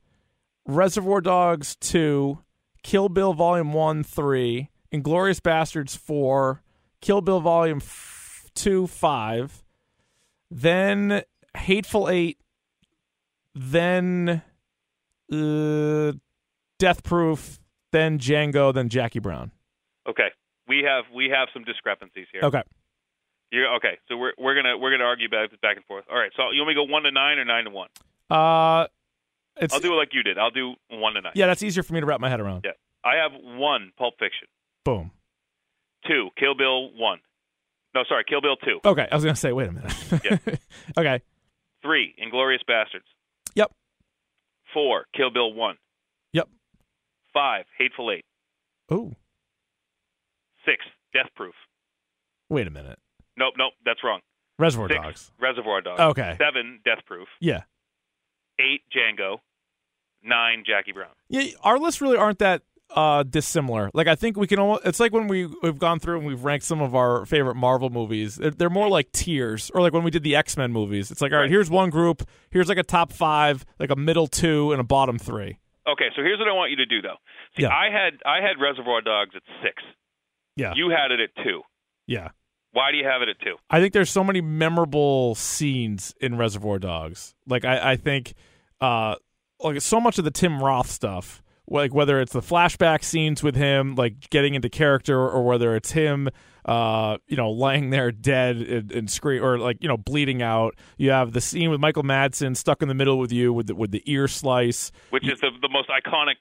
Speaker 2: Reservoir Dogs two, Kill Bill Volume one three, Inglorious Bastards four, Kill Bill Volume f- two five, then Hateful Eight, then uh, Death Proof, then Django, then Jackie Brown.
Speaker 3: Okay. We have we have some discrepancies here.
Speaker 2: Okay.
Speaker 3: You're, okay. So we're we're gonna we're gonna argue back back and forth. All right. So you want me to go one to nine or nine to one?
Speaker 2: Uh, it's
Speaker 3: I'll do it like you did. I'll do one to nine.
Speaker 2: yeah. That's easier for me to wrap my head around.
Speaker 3: Yeah. I have one Pulp Fiction,
Speaker 2: Boom.
Speaker 3: two Kill Bill one. No, sorry, Kill Bill two,
Speaker 2: Okay. I was gonna say, wait a minute.
Speaker 3: Yeah.
Speaker 2: okay.
Speaker 3: three Inglorious Bastards,
Speaker 2: Yep.
Speaker 3: four Kill Bill one,
Speaker 2: Yep.
Speaker 3: five Hateful Eight,
Speaker 2: Ooh.
Speaker 3: six Death Proof.
Speaker 2: Wait a minute.
Speaker 3: Nope, nope, that's wrong.
Speaker 2: Reservoir
Speaker 3: Six
Speaker 2: Dogs.
Speaker 3: Reservoir Dogs.
Speaker 2: Okay.
Speaker 3: Seven Death Proof.
Speaker 2: Yeah.
Speaker 3: Eight Django. Nine Jackie Brown.
Speaker 2: Yeah. Our lists really aren't that uh dissimilar. Like I think we can almost. It's like when we we've gone through and we've ranked some of our favorite Marvel movies. They're, they're more like tiers, or like when we did the X Men movies. It's like all right,
Speaker 3: Right.
Speaker 2: here's one group. Here's like a top five, like a middle two, and a bottom three.
Speaker 3: Okay, so here's what I want you to do though. See,
Speaker 2: Yeah.
Speaker 3: I had I had Reservoir Dogs at six.
Speaker 2: Yeah.
Speaker 3: You had it at two.
Speaker 2: Yeah.
Speaker 3: Why do you have it at two?
Speaker 2: I think there's so many memorable scenes in Reservoir Dogs. Like I, I think, uh, like so much of the Tim Roth stuff, like whether it's the flashback scenes with him, like getting into character, or whether it's him, uh, you know, lying there dead and, and scream, or like you know, bleeding out. You have the scene with Michael Madsen stuck in the middle with you with the, with the ear slice.
Speaker 3: Which is the the most iconic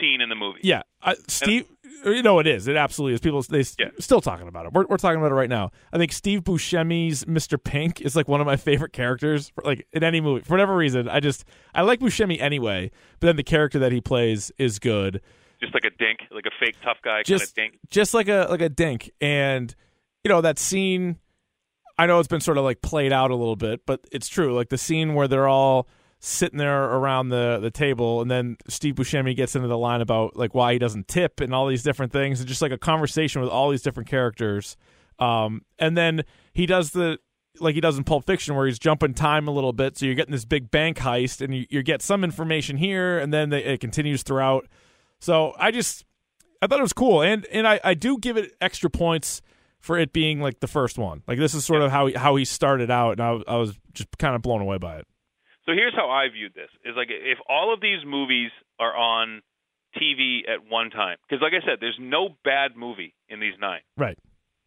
Speaker 3: scene in the movie.
Speaker 2: Yeah, I, Steve. You know it is. It absolutely is. People they s-
Speaker 3: Yeah.
Speaker 2: still talking about it. We're, we're talking about it right now. I think Steve Buscemi's Mr. Pink is like one of my favorite characters. For, like in any movie, for whatever reason, I just I like Buscemi anyway. But then the character that he plays is good.
Speaker 3: Just like a dink, like a fake tough guy
Speaker 2: Just
Speaker 3: kind of dink.
Speaker 2: just like a like a dink. And you know that scene. I know it's been sort of like played out a little bit, but it's true. Like the scene where they're all sitting there around the the table, and then Steve Buscemi gets into the line about like why he doesn't tip and all these different things, and just like a conversation with all these different characters. Um, and then he does the like he does in Pulp Fiction, where he's jumping time a little bit, so you're getting this big bank heist, and you, you get some information here, and then they, it continues throughout. So I just I thought it was cool, and and I, I do give it extra points for it being like the first one. Like this is sort of how he, how he started out, and I, was- I was just kind of blown away by it.
Speaker 3: So here's how I viewed this: is like if all of these movies are on TV at one time, because like I said, there's no bad movie in these nine.
Speaker 2: Right.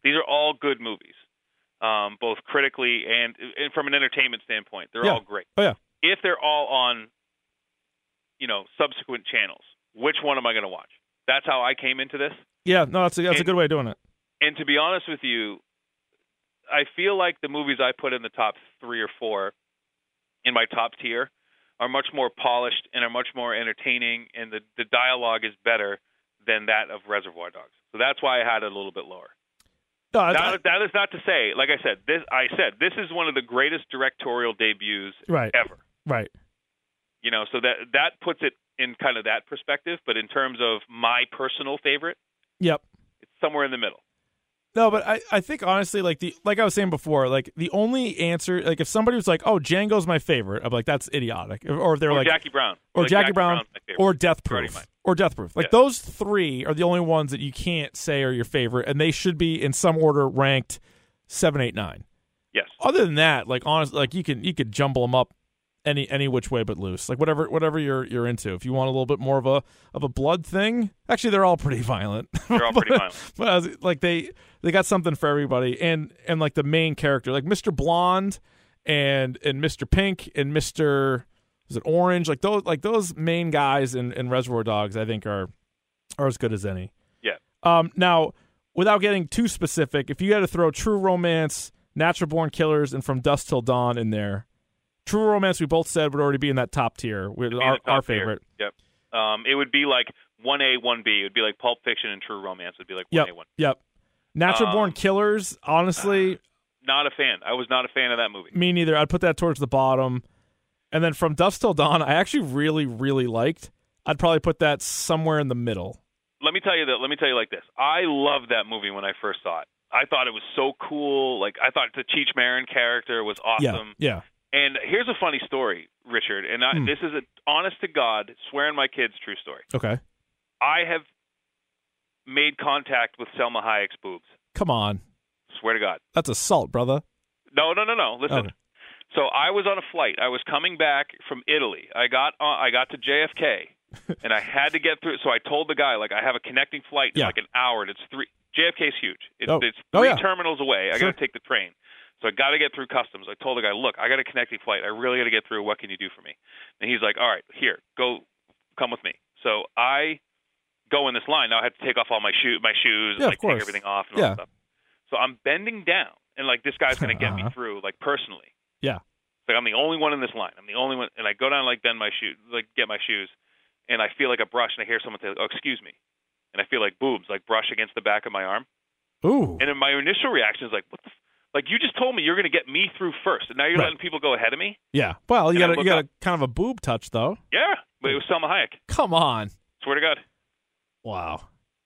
Speaker 3: These are all good movies, um, both critically and, and from an entertainment standpoint. They're
Speaker 2: Yeah.
Speaker 3: all great.
Speaker 2: Oh yeah.
Speaker 3: If they're all on, you know, subsequent channels, which one am I going to watch? That's how I came into this.
Speaker 2: Yeah. No, that's a, that's a
Speaker 3: And-
Speaker 2: good way of doing it.
Speaker 3: And to be honest with you, I feel like the movies I put in the top three or four in my top tier are much more polished and are much more entertaining, and the, the dialogue is better than that of Reservoir Dogs. So that's why I had it a little bit lower.
Speaker 2: No, I-
Speaker 3: That, that is not to say, like I said, this I said this is one of the greatest directorial debuts
Speaker 2: right.
Speaker 3: ever.
Speaker 2: Right.
Speaker 3: You know, so that that puts it in kind of that perspective. But in terms of my personal favorite,
Speaker 2: Yep.
Speaker 3: it's somewhere in the middle.
Speaker 2: No, but I, I think honestly, like the like I was saying before, like the only answer, like if somebody was like, "Oh, Django's my favorite," I'm like, "That's idiotic," or if they're
Speaker 3: Or
Speaker 2: like,
Speaker 3: Jackie Brown,
Speaker 2: or
Speaker 3: Like,
Speaker 2: Jackie, Brown,
Speaker 3: Brown's my favorite.
Speaker 2: or Death
Speaker 3: It's already
Speaker 2: Proof,
Speaker 3: mine.
Speaker 2: or Death Proof. Like
Speaker 3: Yeah.
Speaker 2: those three are the only ones that you can't say are your favorite, and they should be in some order ranked seven, eight, nine.
Speaker 3: yes,
Speaker 2: Other than that, like honest, like you can you could jumble them up any any which way but loose. Like whatever whatever you're you're into. If you want a little bit more of a of a blood thing, actually they're all pretty violent.
Speaker 3: they're all pretty
Speaker 2: But-
Speaker 3: violent.
Speaker 2: but I was, like they they got something for everybody and and like the main character like mr blonde and and mr pink and mr is it orange like those like those main guys in, in reservoir dogs i think are are as good as any
Speaker 3: Yeah.
Speaker 2: um now without getting too specific if you had to throw true romance natural born killers and from dusk till dawn in there true romance we both said would already be in that top tier with
Speaker 3: Being
Speaker 2: our,
Speaker 3: the top
Speaker 2: our
Speaker 3: tier.
Speaker 2: favorite
Speaker 3: Yep. Um, it would be like one A, one B. It would be like Pulp Fiction and True Romance. Would be like one
Speaker 2: Yep.
Speaker 3: A, one.
Speaker 2: Yep. Natural Born
Speaker 3: Um, uh,
Speaker 2: Killers, honestly,
Speaker 3: Not a fan. I was not a fan of that movie.
Speaker 2: me neither. I'd put that towards the bottom. And then From Dusk Till Dawn, I actually really, really liked. I'd probably put that somewhere in the middle.
Speaker 3: Let me tell you that. Let me tell you like this. I loved that movie when I first saw it. I thought it was so cool. Like I thought the Cheech Marin character was awesome.
Speaker 2: Yeah.
Speaker 3: And here's a funny story, Richard. And I,
Speaker 2: Hmm.
Speaker 3: this is a honest to God, swearing my kids, true story.
Speaker 2: Yeah. Okay.
Speaker 3: I have made contact with Selma Hayek's boobs.
Speaker 2: Come on.
Speaker 3: Swear to God.
Speaker 2: That's assault, brother.
Speaker 3: No, no, no, no. Listen.
Speaker 2: Okay.
Speaker 3: So I was on a flight. I was coming back from Italy. I got on, I got to JFK, and I had to get through. So I told the guy like I have a connecting flight in
Speaker 2: Yeah.
Speaker 3: like an hour, and it's three. JFK's huge. It's,
Speaker 2: Oh.
Speaker 3: it's
Speaker 2: Oh,
Speaker 3: three
Speaker 2: yeah.
Speaker 3: terminals away. I
Speaker 2: Sure.
Speaker 3: got to take the train. So I got to get through customs. I told the guy, look, I got a connecting flight. I really got to get through. What can you do for me? And he's like, all right, here, go, come with me. So I go in this line. Now I have to take off all my shoe, my shoes,
Speaker 2: Yeah,
Speaker 3: and
Speaker 2: of
Speaker 3: like
Speaker 2: course.
Speaker 3: take everything off and all
Speaker 2: Yeah.
Speaker 3: that stuff. So I'm bending down, and like this guy's gonna get
Speaker 2: Uh-huh.
Speaker 3: me through, like personally.
Speaker 2: Yeah.
Speaker 3: It's like I'm the only one in this line. I'm the only one, and I go down like bend my shoe, like get my shoes, and I feel like a brush, and I hear someone say, "Oh, excuse me," and I feel like boobs, like brush against the back of my arm,
Speaker 2: Ooh.
Speaker 3: and then my initial reaction is like, "What the." F-? Like you just told me you're going to get me through first, and now you're
Speaker 2: Right.
Speaker 3: letting people go ahead of me.
Speaker 2: Yeah. Well, you
Speaker 3: And
Speaker 2: got
Speaker 3: I
Speaker 2: a, you
Speaker 3: look
Speaker 2: got
Speaker 3: up.
Speaker 2: a kind of a boob touch though.
Speaker 3: Yeah, but it was Selma Hayek.
Speaker 2: Come on.
Speaker 3: Swear to God.
Speaker 2: Wow.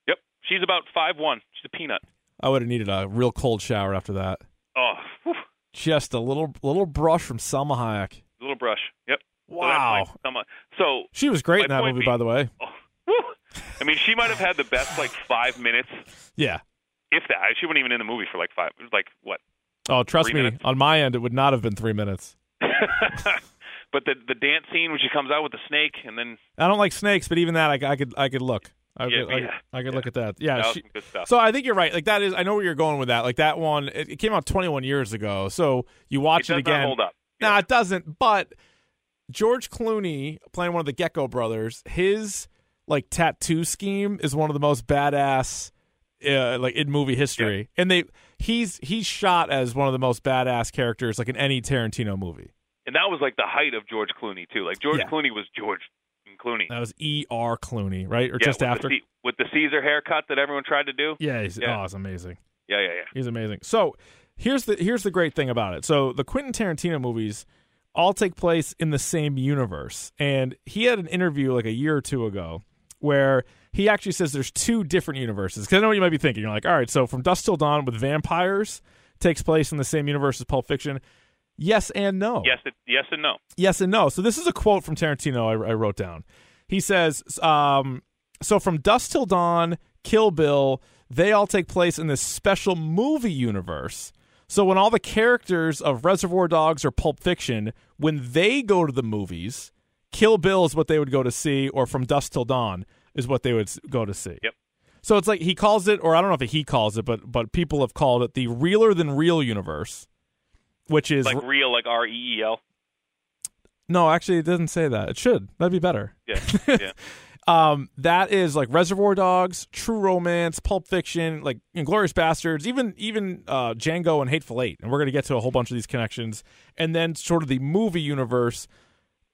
Speaker 3: Yep, she's about five one. She's a peanut.
Speaker 2: I would have needed a real cold shower after that.
Speaker 3: Oh, whew,
Speaker 2: Just a little little brush from Selma Hayek.
Speaker 3: little brush. Yep. So that's
Speaker 2: Wow.
Speaker 3: like Selma- so
Speaker 2: She was great in
Speaker 3: My
Speaker 2: that
Speaker 3: point
Speaker 2: movie,
Speaker 3: being-
Speaker 2: by the way.
Speaker 3: Oh, whew. I mean, she might have had the best like five minutes,
Speaker 2: Yeah.
Speaker 3: if that. She wasn't even in the movie for like five, like what?
Speaker 2: Oh, trust
Speaker 3: Three
Speaker 2: me,
Speaker 3: minutes.
Speaker 2: on my end, it would not have been three minutes.
Speaker 3: but the the dance scene when she comes out with the snake, and then
Speaker 2: I don't like snakes, but even that, I, I could I could look. I
Speaker 3: Yeah,
Speaker 2: could, I, could-
Speaker 3: yeah.
Speaker 2: I could look at that. Yeah.
Speaker 3: that was
Speaker 2: Uh, she-
Speaker 3: some good stuff.
Speaker 2: so I think you're right. Like that is, I know where you're going with that. Like that one, it, it came out 21 years ago. So you
Speaker 3: it
Speaker 2: watch
Speaker 3: does
Speaker 2: it again.
Speaker 3: not hold up.
Speaker 2: No, it doesn't. But George Clooney playing one of the Gecko brothers, his like tattoo scheme is one of the most badass uh, like in movie history. And they he's he's shot as one of the most badass characters like in any Tarantino movie.
Speaker 3: And that was like the height of George Clooney too. Like George
Speaker 2: Yeah.
Speaker 3: Clooney was George Clooney.
Speaker 2: That was E.R. Clooney, right? Or
Speaker 3: yeah,
Speaker 2: just
Speaker 3: with
Speaker 2: after.
Speaker 3: the, Ce- with the Caesar haircut that everyone tried to do.
Speaker 2: yeah, he's,
Speaker 3: Yeah.
Speaker 2: oh, it's amazing.
Speaker 3: Yeah, yeah, yeah.
Speaker 2: He's amazing. So here's the here's the great thing about it. So the Quentin Tarantino movies all take place in the same universe, and he had an interview like a year or two ago where he actually says there's two different universes. Because I know what you might be thinking. You're like, all right, so from Dust Till Dawn with vampires takes place in the same universe as Pulp Fiction. Yes and no.
Speaker 3: Yes, it, yes, and no.
Speaker 2: Yes and no. So this is a quote from Tarantino I, I wrote down. He says, um, "So from Dust Till Dawn, Kill Bill, they all take place in this special movie universe. So when all the characters of Reservoir Dogs or Pulp Fiction, when they go to the movies, Kill Bill is what they would go to see, or From Dust Till Dawn is what they would s- go to see.
Speaker 3: Yep.
Speaker 2: So it's like he calls it, or I don't know if he calls it, but but people have called it the realer than real universe." Which is
Speaker 3: Like real, like R E E L.
Speaker 2: no, actually, it doesn't say that. It should. That'd be better.
Speaker 3: Yeah, yeah.
Speaker 2: Um, that is like Reservoir Dogs, True Romance, Pulp Fiction, like Inglorious Bastards, even even uh, Django and Hateful Eight. And we're gonna get to a whole bunch of these connections, and then sort of the movie universe.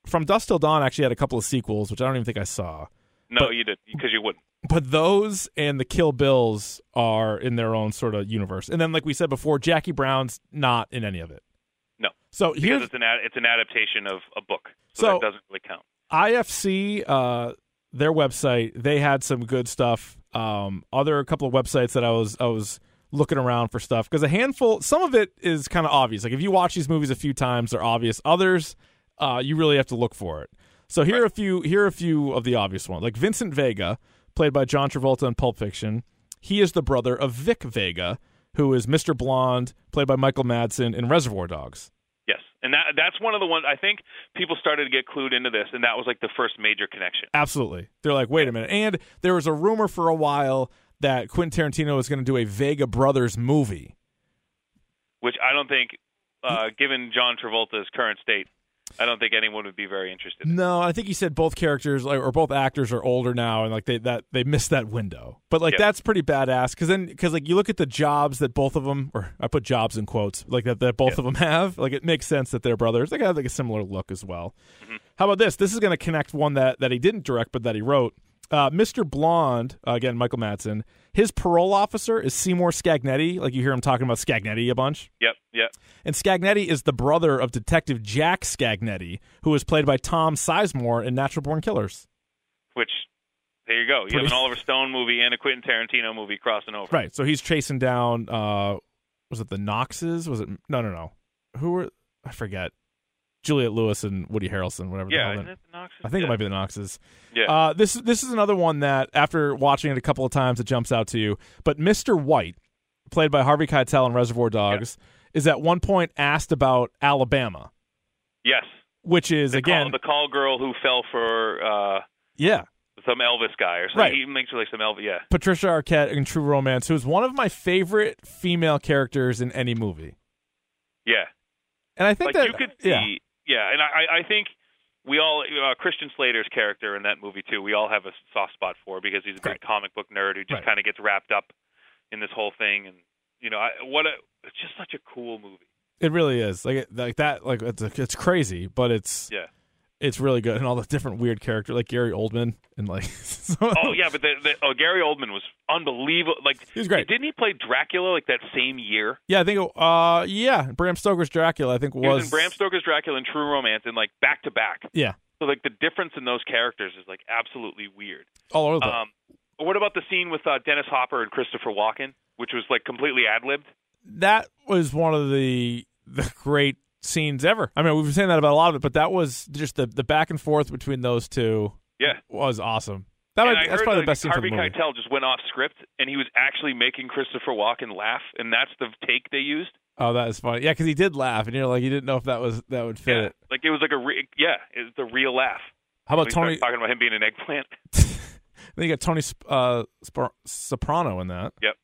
Speaker 2: From Dust Till Dawn actually had a couple of sequels, which I don't even think I saw.
Speaker 3: No,
Speaker 2: But-
Speaker 3: you did because you wouldn't.
Speaker 2: But those and the Kill Bills are in their own sort of universe. And then, like we said before, Jackie Brown's not in any of it.
Speaker 3: No,
Speaker 2: So
Speaker 3: because
Speaker 2: here's
Speaker 3: it's an ad, it's an adaptation of a book,
Speaker 2: So-
Speaker 3: so that doesn't really count.
Speaker 2: IFC, uh, their website, they had some good stuff. Um, other a couple of websites that I was I was looking around for stuff because a handful, some of it is kind of obvious. Like if you watch these movies a few times, they're obvious. Others, uh, you really have to look for it. So here are a few here are a few of the obvious ones. Like Vincent Vega, played by John Travolta in Pulp Fiction, he is the brother of Vic Vega, who is Mr. Blonde, played by Michael Madsen in Reservoir Dogs.
Speaker 3: Yes, and that that's one of the ones I think people started to get clued into this, and that was like the first major connection.
Speaker 2: Absolutely. They're like, wait a minute. And there was a rumor for a while that Quentin Tarantino was going to do a Vega Brothers movie.
Speaker 3: Which I don't think, uh, given John Travolta's current state, I don't think anyone would be very interested.
Speaker 2: No, I think he said both characters like, or both actors are older now, and like they that they missed that window. But like
Speaker 3: Yep.
Speaker 2: that's pretty badass because then because like you look at the jobs that both of them, or I put jobs in quotes, like that that both of them have. Like it makes sense that they're brothers. They got like a similar look as well. How about this? This is going to connect one that that he didn't direct but that he wrote. Uh, Mr. Blonde, uh, again, Michael Madsen. His parole officer is Seymour Scagnetti. Like you hear him talking about Scagnetti a bunch.
Speaker 3: Yep, yep.
Speaker 2: And Scagnetti is the brother of Detective Jack Scagnetti, who was played by Tom Sizemore in Natural Born Killers.
Speaker 3: Which there you go. You have
Speaker 2: Pretty-
Speaker 3: an Oliver Stone movie and a Quentin Tarantino movie crossing over.
Speaker 2: Right. So he's chasing down uh was it the Knoxes? Was it no no no. Who were I forget. Juliet Lewis and Woody Harrelson, whatever the
Speaker 3: Yeah,
Speaker 2: hell
Speaker 3: isn't
Speaker 2: that-
Speaker 3: it the Knox?
Speaker 2: I think
Speaker 3: yeah.
Speaker 2: it might be the Knoxes.
Speaker 3: Yeah.
Speaker 2: Uh, this this is another one that after watching it a couple of times, it jumps out to you. But Mr. White, played by Harvey Keitel in Reservoir Dogs, is at one point asked about Alabama,
Speaker 3: yes.
Speaker 2: which is
Speaker 3: The
Speaker 2: again,
Speaker 3: call, the call girl who fell for uh,
Speaker 2: yeah,
Speaker 3: some Elvis guy or something.
Speaker 2: Right.
Speaker 3: He makes her like some Elvis. Yeah.
Speaker 2: Patricia Arquette in True Romance, who's one of my favorite female characters in any movie.
Speaker 3: Yeah.
Speaker 2: And I think
Speaker 3: Like
Speaker 2: that
Speaker 3: you could
Speaker 2: yeah,
Speaker 3: see. Yeah, and I, I think we all uh, Christian Slater's character in that movie too. We all have a soft spot for because he's a big
Speaker 2: Right.
Speaker 3: comic book nerd who just
Speaker 2: Right.
Speaker 3: kind of gets wrapped up in this whole thing. And you know, I, what a it's just such a cool movie.
Speaker 2: it really is like it- like that. Like it's, it's crazy, but it's
Speaker 3: Yeah.
Speaker 2: it's really good and all the different weird character like Gary Oldman and like so-
Speaker 3: Oh yeah, but the, the, oh, Gary Oldman was unbelievable. Like
Speaker 2: He was great.
Speaker 3: Didn't he play Dracula like that same year?
Speaker 2: yeah I think uh yeah Bram Stoker's Dracula I think was,
Speaker 3: He was in Bram Stoker's Dracula and True Romance and like back to back.
Speaker 2: yeah
Speaker 3: So like the difference in those characters is like absolutely weird.
Speaker 2: all over the place.
Speaker 3: Um, what about the scene with uh, Dennis Hopper and Christopher Walken, which was like completely ad libbed?
Speaker 2: that was one of the the great scenes ever. I mean we've been saying that about a lot of it, but that was just the the back and forth between those two
Speaker 3: Yeah.
Speaker 2: was awesome. That
Speaker 3: And
Speaker 2: might,
Speaker 3: I
Speaker 2: that's
Speaker 3: heard,
Speaker 2: probably
Speaker 3: like,
Speaker 2: the best scene for
Speaker 3: Harvey
Speaker 2: the movie.
Speaker 3: Keitel just went off script, and he was actually making Christopher Walken laugh, and that's the take they used.
Speaker 2: Oh, that is funny. Yeah, because he did laugh, and you're like, you didn't know if that was that would fit it.
Speaker 3: Like it was like a re- yeah, it was the real laugh.
Speaker 2: How about
Speaker 3: we started
Speaker 2: Tony?
Speaker 3: talking about him being an eggplant.
Speaker 2: Then you got Tony Sp- uh, Spar- Soprano in that.
Speaker 3: Yep.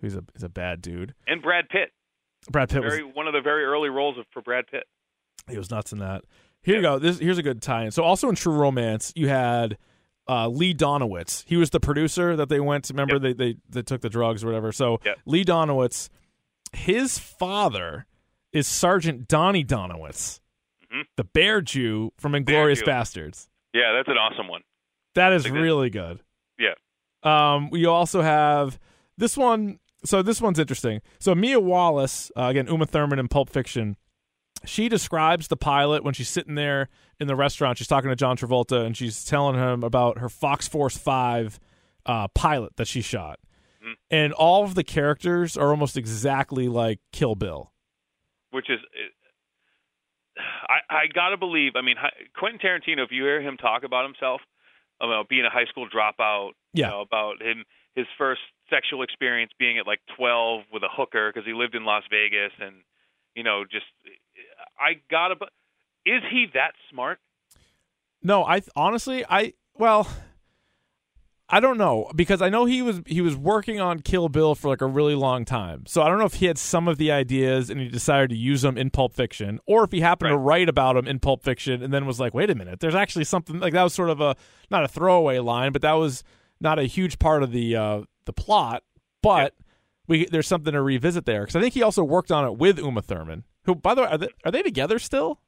Speaker 2: He's a he's a bad dude.
Speaker 3: And Brad Pitt,
Speaker 2: Brad Pitt
Speaker 3: very
Speaker 2: was
Speaker 3: one of the very early roles of, for Brad Pitt.
Speaker 2: he was nuts in that. Here you go. This here's a good tie-in. So also in True Romance, you had uh, Lee Donowitz. He was the producer that they went. to. Remember
Speaker 3: Yep.
Speaker 2: they, they they took the drugs or whatever. So
Speaker 3: Yep.
Speaker 2: Lee Donowitz, his father is Sergeant Donnie Donowitz,
Speaker 3: Mhm.
Speaker 2: the Bear Jew from Inglorious
Speaker 3: Jew.
Speaker 2: Bastards.
Speaker 3: Yeah, that's an awesome one.
Speaker 2: That is
Speaker 3: Like that-
Speaker 2: really good.
Speaker 3: Yeah.
Speaker 2: Um, we also have this one. So this one's interesting. So Mia Wallace, uh, again, Uma Thurman in Pulp Fiction. She describes the pilot when she's sitting there in the restaurant. She's talking to John Travolta and she's telling him about her Fox Force Five uh, pilot that she shot. And all of the characters are almost exactly like Kill Bill.
Speaker 3: which is I, I gotta believe. I mean, hi- Quentin Tarantino. If you hear him talk about himself, about being a high school dropout,
Speaker 2: Yeah.
Speaker 3: you know, about him his first sexual experience being at like 12 with a hooker because he lived in Las Vegas, and you know, just I gotta. bu- Is he that smart?
Speaker 2: No, I th- honestly, I well, I don't know because I know he was he was working on Kill Bill for like a really long time. So I don't know if he had some of the ideas and he decided to use them in Pulp Fiction, or if he happened to write about them in Pulp Fiction and then was like, wait a minute, there's actually something like that was sort of a not a throwaway line, but that was not a huge part of the uh, the plot, but. We, there's something to revisit there because I think he also worked on it with Uma Thurman. Who, by the way, are they, are they together still?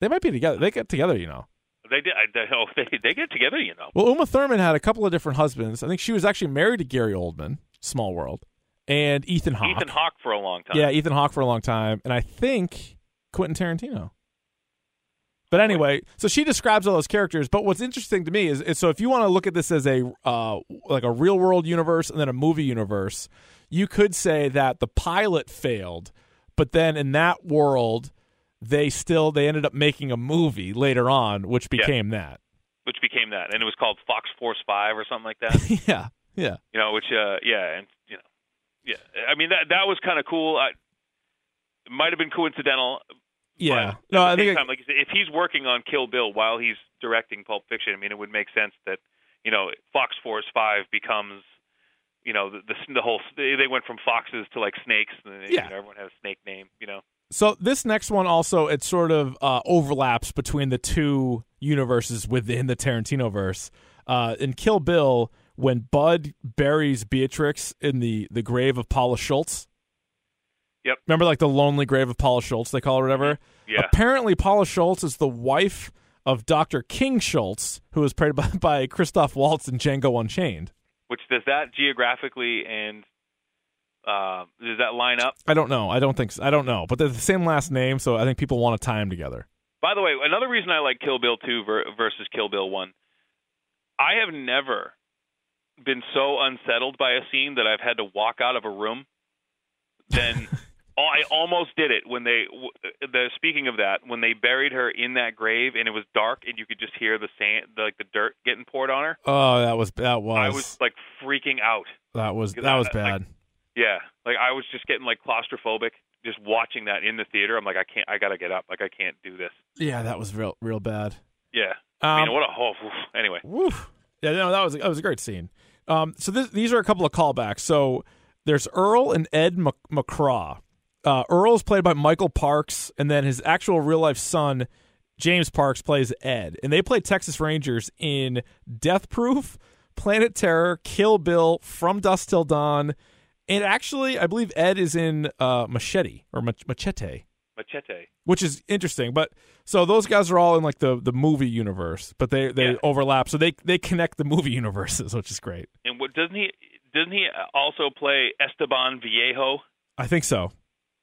Speaker 2: They might be together. They get together, you know.
Speaker 3: They did. I, they, oh, they they get together, you know.
Speaker 2: Well, Uma Thurman had a couple of different husbands. I think she was actually married to Gary Oldman, Small World, and Ethan Hawke.
Speaker 3: Ethan Hawke for a long time.
Speaker 2: Yeah, Ethan Hawke for a long time, and I think Quentin Tarantino. But anyway, so she describes all those characters. But what's interesting to me is, is so if you want to look at this as a uh, like a real world universe and then a movie universe, you could say that the pilot failed, but then in that world, they still they ended up making a movie later on, which became
Speaker 3: which became that, and it was called Fox Force Five or something like that.
Speaker 2: that. yeah, yeah.
Speaker 3: you know, which uh, yeah, and you know, yeah. I mean that that was kind of cool. I, it might have been coincidental.
Speaker 2: Yeah.
Speaker 3: But
Speaker 2: No,
Speaker 3: at
Speaker 2: I
Speaker 3: the same
Speaker 2: think
Speaker 3: time, like you said, if he's working on Kill Bill while he's directing Pulp Fiction, I mean, it would make sense that you know Fox Force Five becomes. You know the, the the whole they they went from foxes to like snakes. And,
Speaker 2: Yeah.
Speaker 3: you know, everyone has a snake name. You know,
Speaker 2: So this next one also it sort of uh, overlaps between the two universes within the Tarantino verse. Uh, in Kill Bill, when Bud buries Beatrix in the the grave of Paula Schultz.
Speaker 3: Yep. Mm-hmm.
Speaker 2: Remember, like the lonely grave of Paula Schultz, they call it, or whatever.
Speaker 3: Yeah.
Speaker 2: Apparently, Paula Schultz is the wife of Dr. King Schultz, who was played by, by Christoph Waltz in Django Unchained.
Speaker 3: Which does that geographically and uh, does that line up?
Speaker 2: I don't know. I don't think. So. I don't know. But they're the same last name, so I think people want to tie them together.
Speaker 3: By the way, another reason I like Kill Bill 2 ver- versus Kill Bill 1, I have never been so unsettled by a scene that I've had to walk out of a room than I almost did it when they w- the speaking of that when they buried her in that grave and it was dark and you could just hear the sand the, like the dirt getting poured on her.
Speaker 2: Oh, that was that was,
Speaker 3: I was like freaking out.
Speaker 2: that was
Speaker 3: because
Speaker 2: that
Speaker 3: I-
Speaker 2: was
Speaker 3: I-
Speaker 2: bad.
Speaker 3: Yeah, like I was just getting like claustrophobic just watching that in the theater. I'm like I can't I got to get up. Like I can't do this.
Speaker 2: yeah, that was real real bad.
Speaker 3: Yeah. I
Speaker 2: Um,
Speaker 3: mean, what a whole anyway.
Speaker 2: Woo. Yeah, no, that was that was a great scene. Um, so this, these are a couple of callbacks. So there's Earl and Ed Mc- McCraw. Uh, Earl's played by Michael Parks, and then his actual real life son, James Parks, plays Ed, and they play Texas Rangers in Death Proof, Planet Terror, Kill Bill, From Dusk Till Dawn, and actually, I believe Ed is in uh, Machete or Mach- Machete
Speaker 3: Machete.
Speaker 2: which is interesting. But so those guys are all in like the the movie universe, but they they
Speaker 3: Yeah.
Speaker 2: overlap, so they they connect the movie universes, which is great.
Speaker 3: And what doesn't he doesn't he also play Esteban Viejo
Speaker 2: I think so.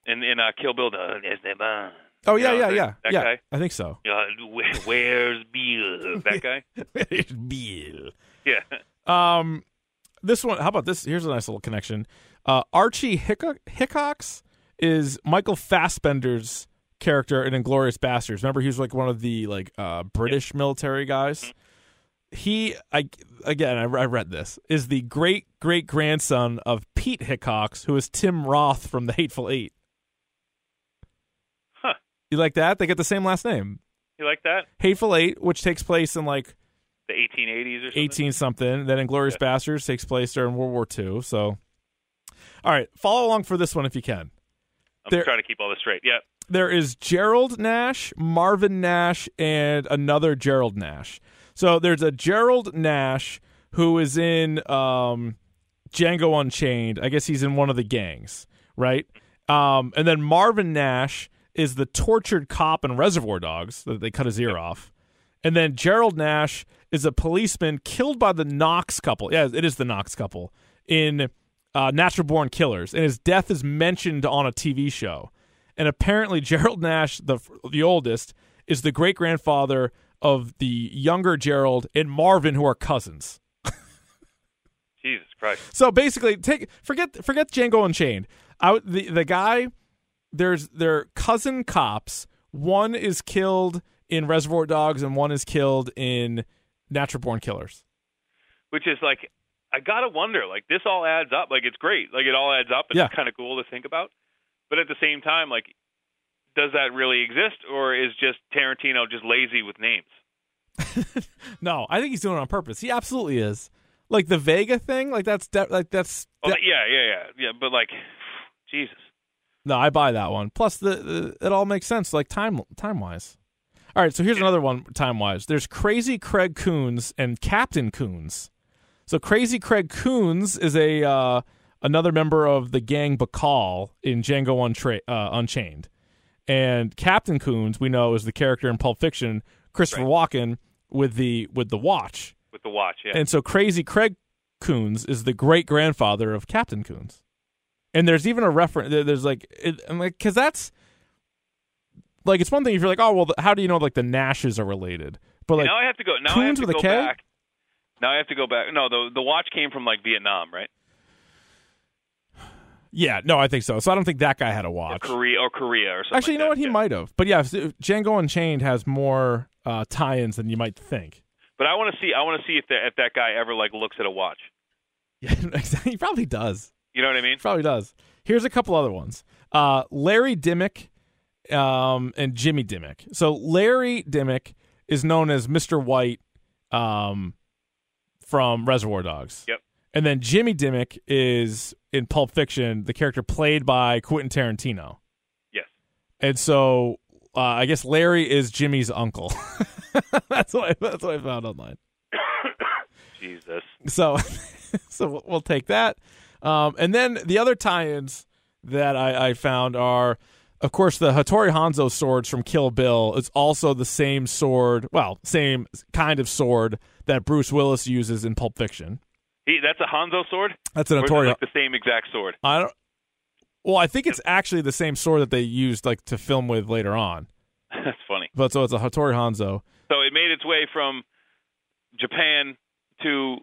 Speaker 3: in in uh, Kill Bill? The Esteban.
Speaker 2: Oh yeah,
Speaker 3: You
Speaker 2: yeah,
Speaker 3: know,
Speaker 2: yeah,
Speaker 3: that
Speaker 2: yeah.
Speaker 3: guy?
Speaker 2: I think so.
Speaker 3: Uh, wh- where's Bill? That guy.
Speaker 2: Bill.
Speaker 3: Yeah.
Speaker 2: Um, this one. How about this? Here's a nice little connection. Uh, Archie Hicko- Hickox is Michael Fassbender's character in Inglorious Bastards. Remember, he was like one of the like uh, British military guys. He, I again, I, I read this is the great great grandson of Pete Hickox, who is Tim Roth from The Hateful Eight.
Speaker 3: Huh.
Speaker 2: You like that? They get the same last name.
Speaker 3: You like that?
Speaker 2: Hateful Eight, which takes place in like
Speaker 3: The 1880s or something.
Speaker 2: 18 something. Then Inglorious Bastards takes place during World War II. So, all right, follow along for this one if you can.
Speaker 3: I'm
Speaker 2: there-
Speaker 3: trying to keep all this straight. Yeah.
Speaker 2: There is Gerald Nash, Marvin Nash, and another Gerald Nash. So there's a Gerald Nash who is in um, Django Unchained. I guess he's in one of the gangs, right? Um, and then Marvin Nash is the tortured cop in Reservoir Dogs that they cut his ear off. And then Gerald Nash is a policeman killed by the Knox couple. Yeah, it is the Knox couple in uh, Natural Born Killers, and his death is mentioned on a TV show. And apparently, Gerald Nash, the the oldest, is the great grandfather of the younger Gerald and Marvin, who are cousins.
Speaker 3: Jesus Christ.
Speaker 2: So basically, take forget forget Django Unchained. Out the the guy, there's their cousin cops. One is killed in Reservoir Dogs, and one is killed in Natural Born Killers.
Speaker 3: Which is like, I gotta wonder. Like this all adds up. Like it's great. Like it all adds up. It's
Speaker 2: Yeah.
Speaker 3: kind of cool to think about. But at the same time, like, does that really exist, or is just Tarantino just lazy with names?
Speaker 2: No, I think he's doing it on purpose. He absolutely is. Like the Vega thing, like that's de- like that's
Speaker 3: Oh, yeah, yeah, yeah, yeah. But like, Jesus.
Speaker 2: No, I buy that one. Plus, the, the it all makes sense, like time time wise. All right, so here's another one time wise. There's Crazy Craig Coons and Captain Coons. So Crazy Craig Coons is a uh, another member of the gang Bacall in Django Untra- uh, Unchained, and Captain Coons we know is the character in Pulp Fiction, Christopher Walken with the with the watch,
Speaker 3: With the watch, yeah.
Speaker 2: and so Crazy Craig Coons is the great grandfather of Captain Coons. And there's even a reference. there- There's like, it, I'm like, because that's like it's one thing if you're like, oh well, th- how do you know like the Nashes are related? But like,
Speaker 3: now I have to go. Now I have
Speaker 2: Coons
Speaker 3: to
Speaker 2: with a
Speaker 3: go
Speaker 2: K?
Speaker 3: back. Now I have to go back. No, the the watch came from like Vietnam, right?
Speaker 2: yeah, no, I think so. So I don't think that guy had a
Speaker 3: Or
Speaker 2: watch.
Speaker 3: Korea or Korea or something.
Speaker 2: Actually, you
Speaker 3: like
Speaker 2: know
Speaker 3: that,
Speaker 2: what? He
Speaker 3: yeah.
Speaker 2: might have. But yeah, so Django Unchained has more uh, tie-ins than you might think.
Speaker 3: But I want to see. I want to see if that if that guy ever like looks at a watch.
Speaker 2: Yeah, he probably does.
Speaker 3: You know what I mean?
Speaker 2: Probably does. Here's a couple other ones. Uh, Larry Dimmick um, and Jimmy Dimmick. So Larry Dimmick is known as Mr. White um, from Reservoir Dogs.
Speaker 3: Yep.
Speaker 2: And then Jimmy Dimmick is in Pulp Fiction, the character played by Quentin Tarantino.
Speaker 3: Yes.
Speaker 2: And so uh, I guess Larry is Jimmy's uncle. that's what I, that's what I found online.
Speaker 3: Jesus.
Speaker 2: So, so we'll- we'll take that. Um, and then the other tie-ins that I, I found are, of course, the Hattori Hanzo swords from Kill Bill. It's also the same sword, well, same kind of sword that Bruce Willis uses in Pulp Fiction.
Speaker 3: He, that's a Hanzo sword?
Speaker 2: That's an
Speaker 3: Or is it
Speaker 2: Hattori.
Speaker 3: like the same exact sword?
Speaker 2: I don't. Well, I think it's actually the same sword that they used like to film with later on.
Speaker 3: that's funny.
Speaker 2: But so it's a Hattori Hanzo.
Speaker 3: So it made its way from Japan to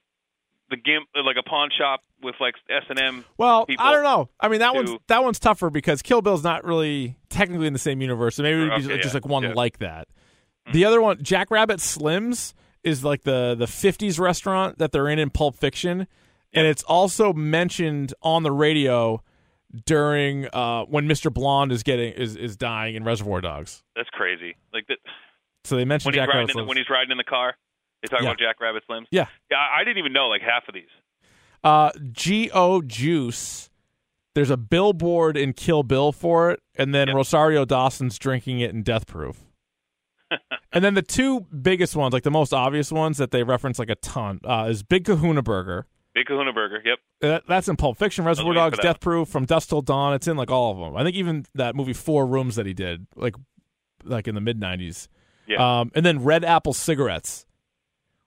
Speaker 3: the gimp, like a pawn shop with like S and M.
Speaker 2: Well,
Speaker 3: people
Speaker 2: I don't know. I mean, that
Speaker 3: to-
Speaker 2: one's that one's tougher because Kill Bill's not really technically in the same universe, so maybe it would be
Speaker 3: Okay,
Speaker 2: just
Speaker 3: yeah,
Speaker 2: like one
Speaker 3: yeah. Hmm.
Speaker 2: like that. The other one, Jackrabbit Slims, is like the the '50s restaurant that they're in in Pulp Fiction, and it's also mentioned on the radio during uh, when Mr. Blonde is getting is, is dying in Reservoir Dogs.
Speaker 3: That's crazy. Like that
Speaker 2: So they mentioned
Speaker 3: when he's riding
Speaker 2: Jackrabbit
Speaker 3: in the,
Speaker 2: Slims.
Speaker 3: when he's riding in the car. They talk
Speaker 2: Yeah.
Speaker 3: about Jackrabbit Slims.
Speaker 2: Yeah.
Speaker 3: Yeah, I I didn't even know like half of these.
Speaker 2: Uh, G.O. Juice. There's a billboard in Kill Bill for it, and then
Speaker 3: Yep.
Speaker 2: Rosario Dawson's drinking it in Death Proof. and then the two biggest ones, like the most obvious ones that they reference like a ton, uh, is Big Kahuna Burger.
Speaker 3: Big Kahuna Burger. Yep.
Speaker 2: That, Uh, that's in Pulp Fiction, Reservoir
Speaker 3: waiting
Speaker 2: Dogs,
Speaker 3: for that
Speaker 2: Death Proof, From Dusk Till Dawn. It's in like all of them. I think even that movie Four Rooms that he did, like like in the mid '90s.
Speaker 3: Yeah.
Speaker 2: Um, and then Red Apple cigarettes.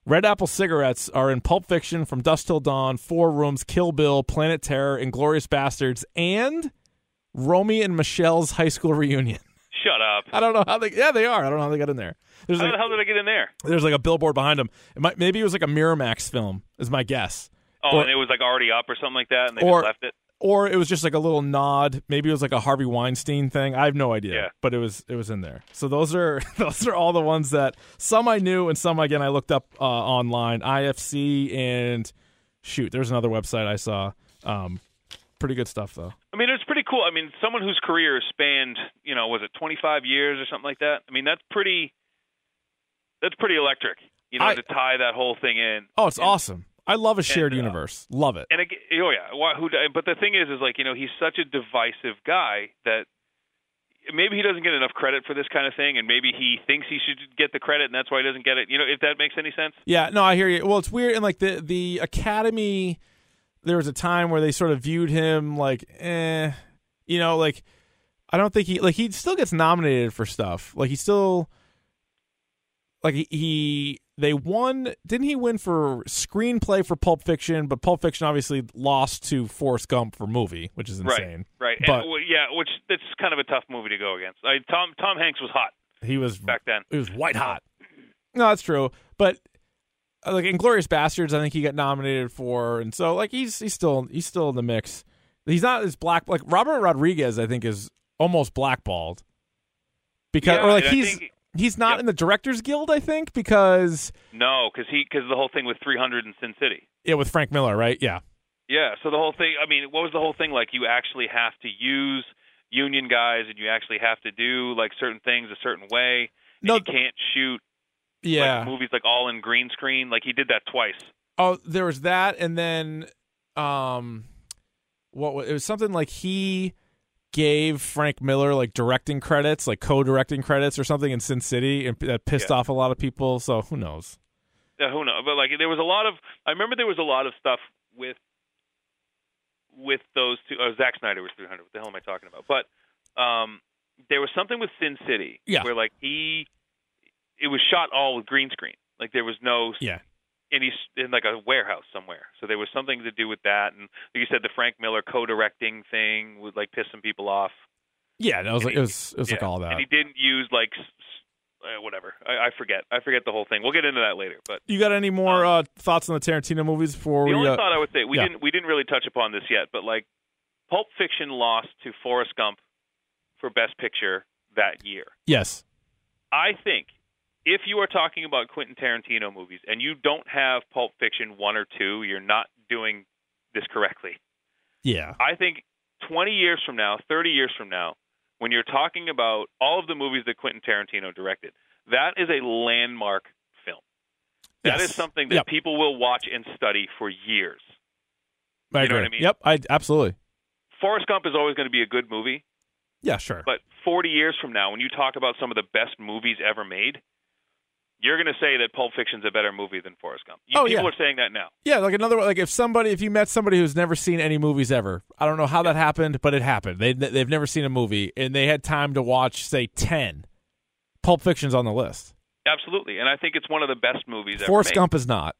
Speaker 2: Red Apple cigarettes are in Pulp Fiction, From Dusk Till Dawn, Four Rooms, Kill Bill, Planet Terror, Inglorious Bastards, and Romy and Michelle's high school reunion.
Speaker 3: Shut up.
Speaker 2: I don't know how they. Yeah, they are. I don't know how they got in there. There's
Speaker 3: How
Speaker 2: like
Speaker 3: the hell did I get in there?
Speaker 2: there's like a billboard behind them. It might, maybe it was like a Miramax film. Is my guess.
Speaker 3: Oh,
Speaker 2: Or-
Speaker 3: and it was like already up or something like that, and they
Speaker 2: Or-
Speaker 3: just left it.
Speaker 2: or it was just like a little nod. Maybe it was like a Harvey Weinstein thing. I have no idea,
Speaker 3: Yeah.
Speaker 2: but it was it was in there. So those are those are all the ones that some I knew and some again I looked up uh, online. IFC and shoot, there's another website I saw. Um, pretty good stuff though.
Speaker 3: I mean, it's pretty cool. I mean, someone whose career spanned, you know, was it 25 years or something like that? I mean, that's pretty. That's pretty electric. You know,
Speaker 2: I-
Speaker 3: to tie that whole thing in.
Speaker 2: Oh, it's awesome. I love a shared
Speaker 3: uh,
Speaker 2: universe. Love it.
Speaker 3: and again, oh yeah, why, who? But the thing is, is like you know, he's such a divisive guy that maybe he doesn't get enough credit for this kind of thing, and maybe he thinks he should get the credit, and that's why he doesn't get it. You know, if that makes any sense.
Speaker 2: Yeah, no, I hear you. Well, it's weird, and like the the Academy, there was a time where they sort of viewed him like, eh, you know, like I don't think he like he still gets nominated for stuff. Like he still, like he, he they won. Didn't he win for screenplay for Pulp Fiction? But Pulp Fiction obviously lost to Forrest Gump for movie, which is
Speaker 3: Right.
Speaker 2: insane.
Speaker 3: Right. And,
Speaker 2: But-
Speaker 3: well, yeah, which that's kind of a tough movie to go against. I, Tom Tom Hanks was hot
Speaker 2: He was
Speaker 3: back then.
Speaker 2: It was white hot. No, that's true. But uh, like Inglorious Bastards, I think he got nominated for, and so like he's he's still he's still in the mix. He's not as black like Robert Rodriguez. I think is almost blackballed because
Speaker 3: Yeah,
Speaker 2: or like
Speaker 3: and I
Speaker 2: he's
Speaker 3: think-
Speaker 2: he's not
Speaker 3: yeah.
Speaker 2: in the Directors Guild. I think because
Speaker 3: No, because he because the whole thing with 300 in Sin City.
Speaker 2: yeah, with Frank Miller, right? Yeah,
Speaker 3: Yeah. So the whole thing. I mean, what was the whole thing like? You actually have to use union guys, and you actually have to do like certain things a certain way. and
Speaker 2: No-
Speaker 3: you can't shoot
Speaker 2: yeah.
Speaker 3: like movies like all in green screen. Like he did that twice.
Speaker 2: Oh, there was that, and then, um, what was, it was something like he gave Frank Miller like directing credits, like co-directing credits or something in Sin City, and that pissed
Speaker 3: Yeah.
Speaker 2: off a lot of people. So who knows?
Speaker 3: Yeah, who knows? But like there was a lot of I remember there was a lot of stuff with with those two. Oh, Zack Snyder was 300. What the hell am I talking about? But um, there was something with Sin City
Speaker 2: Yeah.
Speaker 3: where like he it was shot all with green screen. Like there was no
Speaker 2: Yeah.
Speaker 3: and he's in like a warehouse somewhere. So there was something to do with that, and like you said, the Frank Miller co-directing thing would like piss some people off.
Speaker 2: Yeah, that was
Speaker 3: And
Speaker 2: like it
Speaker 3: he-
Speaker 2: was it was like
Speaker 3: Yeah.
Speaker 2: all that.
Speaker 3: And he didn't use like s- s- uh, whatever. I, I forget. I forget the whole thing. We'll get into that later. But
Speaker 2: you got any more uh, thoughts on the Tarantino movies before
Speaker 3: Um, the
Speaker 2: we?
Speaker 3: only
Speaker 2: Uh,
Speaker 3: thought I would say we
Speaker 2: yeah.
Speaker 3: didn't we didn't really touch upon this yet, but like Pulp Fiction lost to Forrest Gump for Best Picture that year.
Speaker 2: yes,
Speaker 3: I think if you are talking about Quentin Tarantino movies and you don't have Pulp Fiction one or two, you're not doing this correctly.
Speaker 2: yeah,
Speaker 3: I think 20 years from now, 30 years from now, when you're talking about all of the movies that Quentin Tarantino directed, that is a landmark film. That is
Speaker 2: Yes.
Speaker 3: something that
Speaker 2: Yep.
Speaker 3: people will watch and study for years.
Speaker 2: I
Speaker 3: you know
Speaker 2: agree.
Speaker 3: what I mean?
Speaker 2: Yep, I absolutely.
Speaker 3: Forrest Gump is always going to be a good movie,
Speaker 2: Yeah, sure.
Speaker 3: But 40 years from now, when you talk about some of the best movies ever made, you're going to say that Pulp Fiction's a better movie than Forrest Gump. You,
Speaker 2: Oh,
Speaker 3: people
Speaker 2: yeah.
Speaker 3: are saying that now.
Speaker 2: Yeah, like another like if somebody if you met somebody who's never seen any movies ever, I don't know how that happened, but it happened. They they've never seen a movie and they had time to watch say ten. Pulp Fiction's on the list.
Speaker 3: Absolutely. And I think it's one of the best movies ever
Speaker 2: Forrest
Speaker 3: made.
Speaker 2: Gump is not,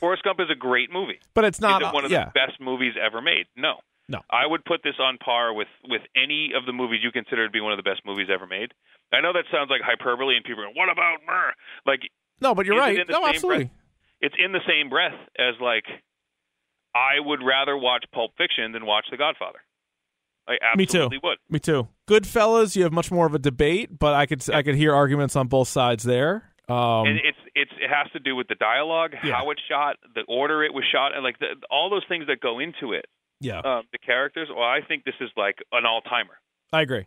Speaker 3: Forrest Gump is a great movie.
Speaker 2: but it's not.
Speaker 3: is it one of
Speaker 2: yeah,
Speaker 3: the best movies ever made? No.
Speaker 2: No.
Speaker 3: I would put this on par with with any of the movies you consider to be one of the best movies ever made. I know that sounds like hyperbole, and people are what about Myrrh? Like
Speaker 2: no, but you're
Speaker 3: is it
Speaker 2: right.
Speaker 3: in the
Speaker 2: No,
Speaker 3: same
Speaker 2: absolutely.
Speaker 3: it's in the same breath as like I would rather watch Pulp Fiction than watch The Godfather. I
Speaker 2: Me too.
Speaker 3: absolutely would.
Speaker 2: Me too. Goodfellas, you have much more of a debate, but I could I could hear arguments on both sides there. Um,
Speaker 3: and it's it's it has to do with the dialogue,
Speaker 2: Yeah.
Speaker 3: how it's shot, the order it was shot, and like the, all those things that go into it.
Speaker 2: yeah,
Speaker 3: Um, the characters. Well, I think this is like an all timer.
Speaker 2: I agree.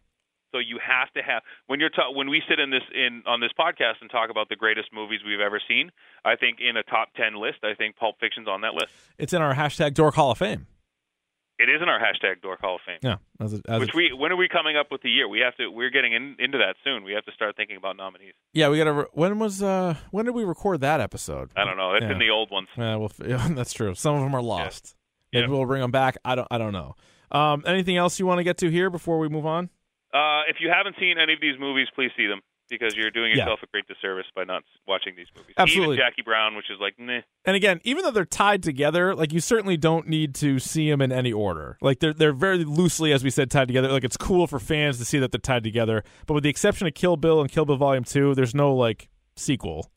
Speaker 3: So you have to have when you're ta- when we sit in this in on this podcast and talk about the greatest movies we've ever seen. I think in a top ten list, I think Pulp Fiction's on that list.
Speaker 2: It's in our hashtag Dork Hall of Fame.
Speaker 3: It is in our hashtag Dork Hall of Fame,
Speaker 2: Yeah, as a, as a-
Speaker 3: which we when are we coming up with the year? We have to we're getting in, into that soon. We have to start thinking about nominees.
Speaker 2: yeah, we got to. Re- when was uh when did we record that episode?
Speaker 3: I don't know. That's in
Speaker 2: Yeah.
Speaker 3: the old ones.
Speaker 2: Yeah, Uh, well, f- yeah, that's true. Some of them are lost. Maybe
Speaker 3: Yeah.
Speaker 2: we'll bring them back. I don't. I don't know. Um, anything else you want to get to here before we move on?
Speaker 3: Uh, if you haven't seen any of these movies, please see them because you're doing
Speaker 2: Yeah.
Speaker 3: yourself a great disservice by not watching these movies.
Speaker 2: Absolutely.
Speaker 3: Even Jackie Brown, which is like, meh.
Speaker 2: And again, even though they're tied together, like you certainly don't need to see them in any order. Like they're they're very loosely, as we said, tied together. Like it's cool for fans to see that they're tied together. But with the exception of Kill Bill and Kill Bill Volume Two, there's no like sequel.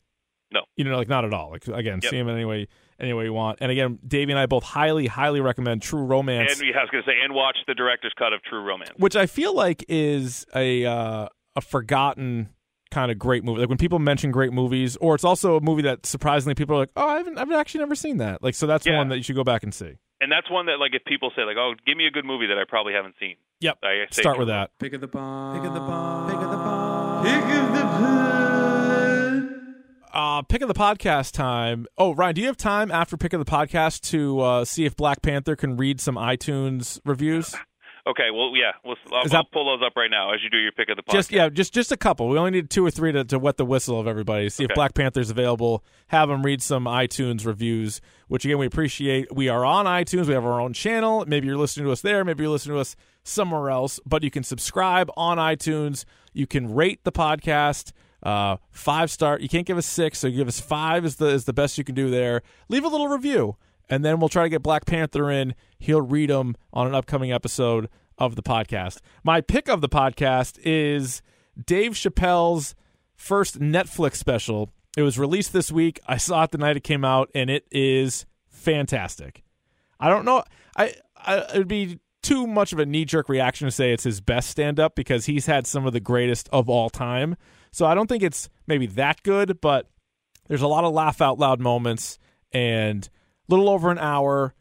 Speaker 3: No.
Speaker 2: you know, like not at all. Like again,
Speaker 3: Yep.
Speaker 2: see them any way any way you want. And again, Davey and I both highly highly recommend True Romance.
Speaker 3: And I was going to say, and watch the director's cut of True Romance.
Speaker 2: which I feel like is a uh, a forgotten kind of great movie. Like when people mention great movies, or it's also a movie that surprisingly people are like, "Oh, I haven't, I've actually never seen that." Like, so that's
Speaker 3: Yeah.
Speaker 2: one that you should go back and see.
Speaker 3: And that's one that, like, if people say, like, "Oh, give me a good movie that I probably haven't seen,"
Speaker 2: Yep.
Speaker 3: I say
Speaker 2: Start with that.
Speaker 5: Pick of the bomb. Pick of the bomb. Pick of the bomb.
Speaker 2: Uh, pick of the podcast time. Oh, Ryan, do you have time after pick of the podcast to uh, see if Black Panther can read some iTunes reviews?
Speaker 3: Okay, well, yeah, we'll, I'll,
Speaker 2: Is that-
Speaker 3: I'll pull those up right now as you do your pick of the podcast.
Speaker 2: Just yeah, just just a couple. We only need two or three to, to wet the whistle of everybody. See if
Speaker 3: Okay.
Speaker 2: Black Panther's available. Have them read some iTunes reviews, which again we appreciate. We are on iTunes. We have our own channel. Maybe you're listening to us there. Maybe you're listening to us somewhere else. But you can subscribe on iTunes. You can rate the podcast. Uh, five star. You can't give us six, so you give us five is the is the best you can do there. Leave a little review, and then we'll try to get Black Panther in. He'll read them on an upcoming episode of the podcast. My pick of the podcast is Dave Chappelle's first Netflix special. It was released this week. I saw it the night it came out, and it is fantastic. I don't know. I, I it would be too much of a knee jerk reaction to say it's his best stand up because he's had some of the greatest of all time. So I don't think it's maybe that good, but there's a lot of laugh out loud moments and a little over an hour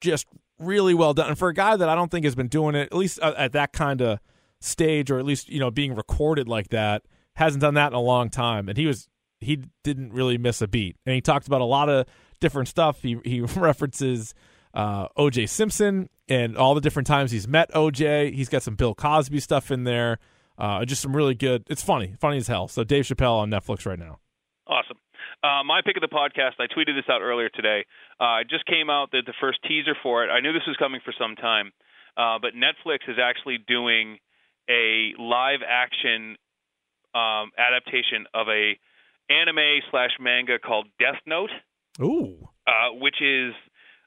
Speaker 2: just really well done and for a guy that i don't think has been doing it at least at, at that kind of stage or at least you know being recorded like that hasn't done that in a long time and he was he didn't really miss a beat and he talked about a lot of different stuff he he references uh, oj simpson and all the different times he's met oj he's got some bill cosby stuff in there uh, just some really good it's funny funny as hell so dave chappelle on netflix right now
Speaker 3: awesome. Uh, my pick of the podcast. I tweeted this out earlier today. Uh, it just came out the, the first teaser for it. I knew this was coming for some time, uh, but Netflix is actually doing a live action um, adaptation of a anime slash manga called Death Note.
Speaker 2: ooh
Speaker 3: uh, which is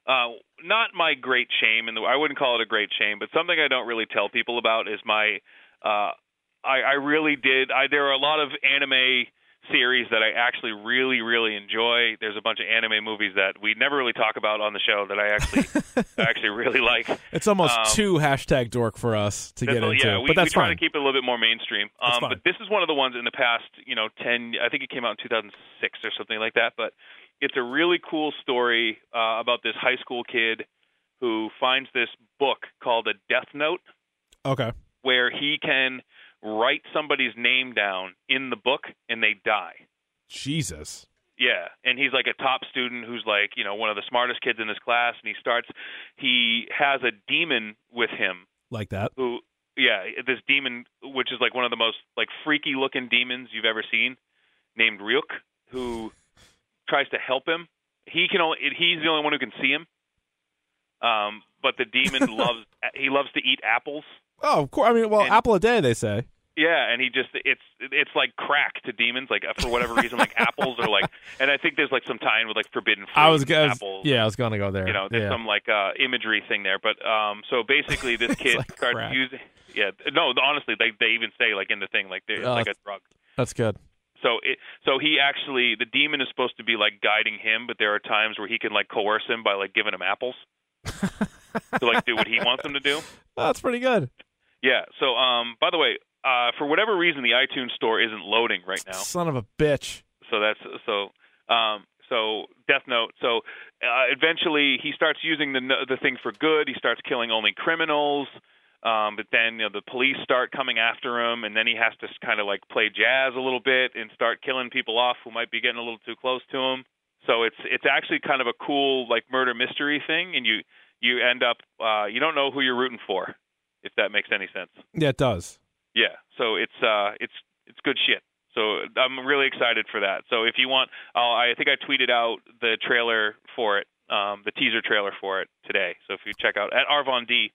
Speaker 3: uh, not my great shame, and I wouldn't call it a great shame, but something I don't really tell people about is my. Uh, I, I really did. I, there are a lot of anime series that I actually really, really enjoy. There's a bunch of anime movies that we never really talk about on the show that I actually, I actually really like.
Speaker 2: It's almost
Speaker 3: Um,
Speaker 2: too hashtag dork for us to get
Speaker 3: That's-
Speaker 2: into,
Speaker 3: yeah, we,
Speaker 2: but that's
Speaker 3: we try
Speaker 2: fine.
Speaker 3: to keep it a little bit more mainstream.
Speaker 2: That's
Speaker 3: Um,
Speaker 2: fine.
Speaker 3: but this is one of the ones in the past, you know, ten. I think it came out in 2006 or something like that. But it's a really cool story uh, about this high school kid who finds this book called a Death Note,
Speaker 2: okay,
Speaker 3: where he can write somebody's name down in the book and they die.
Speaker 2: Jesus,
Speaker 3: Yeah, and he's like a top student who's like, you know, one of the smartest kids in his class and he starts he has a demon with him
Speaker 2: like that.
Speaker 3: who yeah, this demon, which is like one of the most like freaky looking demons you've ever seen, named Ryuk, who tries to help him. He can only he's the only one who can see him. Um, but the demon loves he loves to eat apples.
Speaker 2: Oh, of course. I mean, well,
Speaker 3: And-
Speaker 2: apple a day, they say.
Speaker 3: Yeah, and he just it's it's like crack to demons. Like for whatever reason, like apples are like, and I think there's like some tie in with like forbidden fruit.
Speaker 2: I was
Speaker 3: and
Speaker 2: gonna,
Speaker 3: apples.
Speaker 2: yeah, I was gonna go there.
Speaker 3: you know, there's
Speaker 2: yeah.
Speaker 3: some like uh, imagery thing there. But um, so basically, this kid
Speaker 2: like
Speaker 3: starts
Speaker 2: crack.
Speaker 3: using. Yeah, no, honestly, they they even say like in the thing like they're it's
Speaker 2: Oh,
Speaker 3: like a
Speaker 2: that's-
Speaker 3: drug.
Speaker 2: That's good.
Speaker 3: So it so he actually the demon is supposed to be like guiding him, but there are times where he can like coerce him by like giving him apples to like do what he wants him to do.
Speaker 2: Oh, that's pretty good.
Speaker 3: Yeah. So um, by the way, uh, for whatever reason, the iTunes store isn't loading right now.
Speaker 2: Son of a bitch.
Speaker 3: So that's so um so Death Note. So uh, eventually he starts using the no- the thing for good. He starts killing only criminals. Um, but then you know the police start coming after him, and then he has to kind of like play jazz a little bit and start killing people off who might be getting a little too close to him. So it's it's actually kind of a cool like murder mystery thing, and you you end up uh, you don't know who you're rooting for, if that makes any sense.
Speaker 2: Yeah, it does.
Speaker 3: Yeah, so it's uh, it's it's good shit. So I'm really excited for that. So if you want, I'll, I think I tweeted out the trailer for it, um, the teaser trailer for it today. So if you check out at Arvon D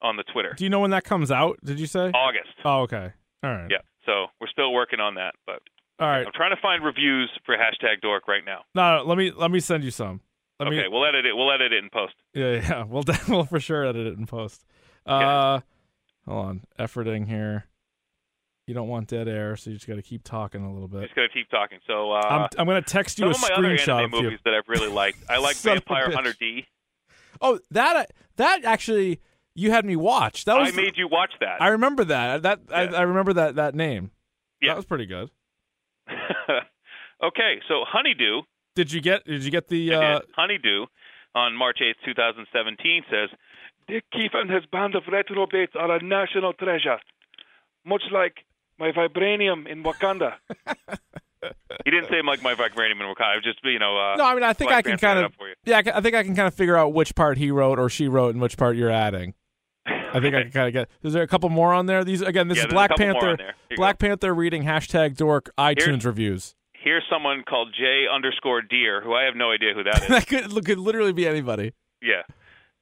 Speaker 3: on the Twitter,
Speaker 2: Do you know when that comes out? Did you say?
Speaker 3: August.
Speaker 2: Oh, okay. All right.
Speaker 3: Yeah. So we're still working on that, but
Speaker 2: All right.
Speaker 3: I'm trying to find reviews for hashtag Dork right now.
Speaker 2: No, no, let me let me send you some. Let
Speaker 3: okay,
Speaker 2: me,
Speaker 3: we'll edit it. We'll edit it in post.
Speaker 2: Yeah, yeah. We'll de- we'll for sure edit it in post. Uh, hold on, efforting here. You don't want dead air, so you just got to keep talking a little
Speaker 3: I'm
Speaker 2: bit.
Speaker 3: just gonna keep talking. So uh,
Speaker 2: I'm I'm gonna text you
Speaker 3: some
Speaker 2: a
Speaker 3: of my other
Speaker 2: screenshot
Speaker 3: anime
Speaker 2: of you.
Speaker 3: movies that I've really liked. I like
Speaker 2: Son of a
Speaker 3: Vampire
Speaker 2: bitch.
Speaker 3: Hunter D.
Speaker 2: Oh, that that actually you had me watch. That
Speaker 3: I
Speaker 2: was
Speaker 3: made you watch that.
Speaker 2: I remember that. That I,
Speaker 3: Yeah.
Speaker 2: I remember that that name.
Speaker 3: Yeah.
Speaker 2: That was pretty good.
Speaker 3: okay, so Honeydew.
Speaker 2: Did you get did you get the
Speaker 3: I
Speaker 2: uh,
Speaker 3: did. Honeydew on March eighth, two 2017 says, Dick Keefe and his band of retrobates are a national treasure, much like my vibranium in Wakanda. he didn't say like my vibranium in Wakanda. I was just, you know, uh,
Speaker 2: No, I mean I think
Speaker 3: Black
Speaker 2: I can
Speaker 3: Panther
Speaker 2: kind
Speaker 3: it
Speaker 2: of
Speaker 3: up for you.
Speaker 2: Yeah, I ca- I think I can kind of figure out which part he wrote or she wrote and which part you're adding. I think I can kind of get. Is there a couple more on there? These again. This
Speaker 3: Yeah,
Speaker 2: is
Speaker 3: there's a
Speaker 2: Black
Speaker 3: couple more
Speaker 2: Panther.
Speaker 3: on there. Here you
Speaker 2: Black Panther reading hashtag dork iTunes reviews.
Speaker 3: Here's someone called J underscore Deer, who I have no idea who that is.
Speaker 2: that could could literally be anybody.
Speaker 3: yeah.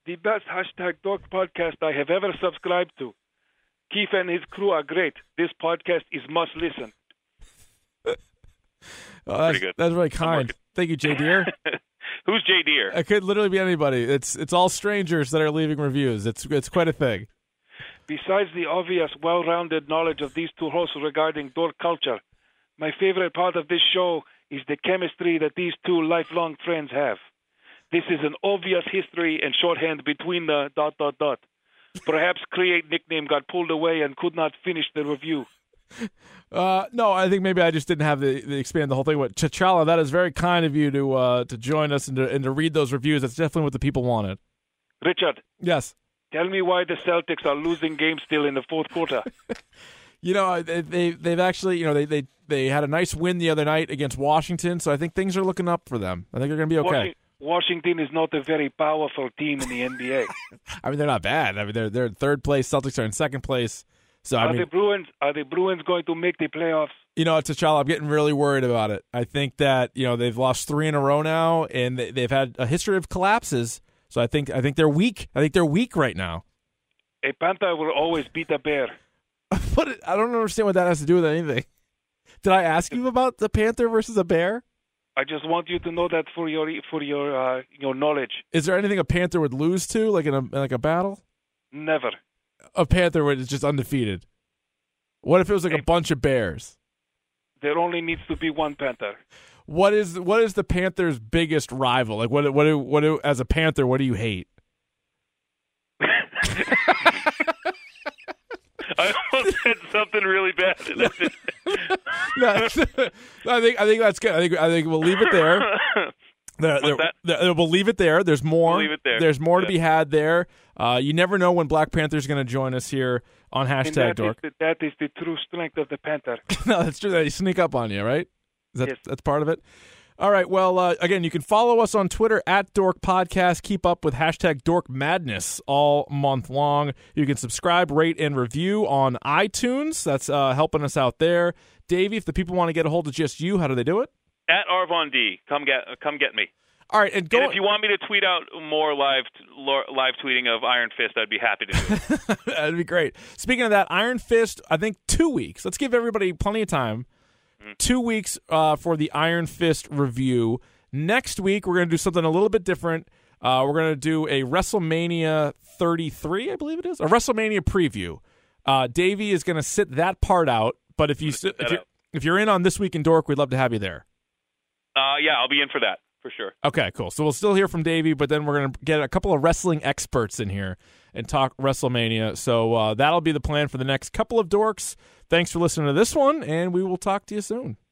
Speaker 6: the best hashtag dog podcast I have ever subscribed to. Keith and his crew are great. This podcast is must listen.
Speaker 2: Oh, that's,
Speaker 3: Pretty good.
Speaker 2: that's really kind.
Speaker 3: working.
Speaker 2: Thank you, J Deer.
Speaker 3: Who's J Deer?
Speaker 2: it could literally be anybody. It's it's all strangers that are leaving reviews. It's it's quite a thing.
Speaker 6: Besides the obvious, well rounded knowledge of these two hosts regarding dog culture, my favorite part of this show is the chemistry that these two lifelong friends have. This is an obvious history and shorthand between the dot dot dot. Perhaps Create Nickname got pulled away and could not finish the review.
Speaker 2: Uh, no, I think maybe I just didn't have the, the expand the whole thing. But T'Challa, that is very kind of you to uh, to join us and to and to read those reviews. That's definitely what the people wanted.
Speaker 6: Richard,
Speaker 2: Yes.
Speaker 6: tell me why the Celtics are losing games still in the fourth quarter.
Speaker 2: You know, they, they they've actually, you know, they they they had a nice win the other night against Washington, so I think things are looking up for them. I think they're going to be okay.
Speaker 6: Washing- Washington is not a very powerful team in the NBA.
Speaker 2: I mean, they're not bad. I mean, they're they're in third place. Celtics are in second place. So I
Speaker 6: are the
Speaker 2: mean,
Speaker 6: Bruins are the Bruins going to make the playoffs?
Speaker 2: you know, T'Challa, I'm getting really worried about it. I think that you know they've lost three in a row now, and they, they've had a history of collapses. So I think I think they're weak. I think they're weak right now.
Speaker 6: A panther will always beat a bear.
Speaker 2: But it- I don't understand what that has to do with anything. Did I ask you about the panther versus a bear?
Speaker 6: I just want you to know that for your for your uh, your knowledge.
Speaker 2: Is there anything a panther would lose to, like in a like a battle?
Speaker 6: Never.
Speaker 2: a panther when it's just undefeated? What if it was like a bunch of bears?
Speaker 6: There only needs to be one panther.
Speaker 2: What is what is the Panthers' biggest rival? Like what what what as a Panther, what do you hate?
Speaker 3: I almost said something really bad. and I didn't.
Speaker 2: That's- I think I think that's good. I think I think we'll leave it there. There- there-
Speaker 3: that?
Speaker 2: there- we'll leave it there. There's more.
Speaker 3: We'll leave it there.
Speaker 2: There's more to
Speaker 3: Yeah.
Speaker 2: be had there. Uh, you never know when Black Panther's going to join us here on
Speaker 6: And
Speaker 2: hashtag
Speaker 6: that is,
Speaker 2: dork.
Speaker 6: the, that is the true strength of the panther.
Speaker 2: no, that's true. They sneak up on you, right? Is that
Speaker 6: Yes.
Speaker 2: that's part of it? All right. Well, uh, again, you can follow us on Twitter at Dork Podcast. Keep up with hashtag Dork Madness all month long. You can subscribe, rate, and review on iTunes. That's uh, helping us out there. Davey, if the people want to get a hold of just you, how do they do it?
Speaker 3: At Arvon D, come get uh, come get me.
Speaker 2: All right, and go.
Speaker 3: And if you want me to tweet out more live t- lo- live tweeting of Iron Fist, I'd be happy to do it.
Speaker 2: That'd be great. Speaking of that, Iron Fist, I think two weeks. Let's give everybody plenty of time.
Speaker 3: Mm-hmm.
Speaker 2: Two weeks uh, for the Iron Fist review. Next week, we're going to do something a little bit different. Uh, we're going to do a WrestleMania 33, I believe it is, a WrestleMania preview. Uh, Davey is going to sit that part out, but if you st-
Speaker 3: that
Speaker 2: if, you're,
Speaker 3: out.
Speaker 2: if you're in on this week in Dork, we'd love to have you there.
Speaker 3: Uh, yeah, I'll be in for that for sure.
Speaker 2: Okay, cool. So we'll still hear from Davey, but then we're going to get a couple of wrestling experts in here and talk WrestleMania. So uh, that'll be the plan for the next couple of dorks. Thanks for listening to this one, and we will talk to you soon.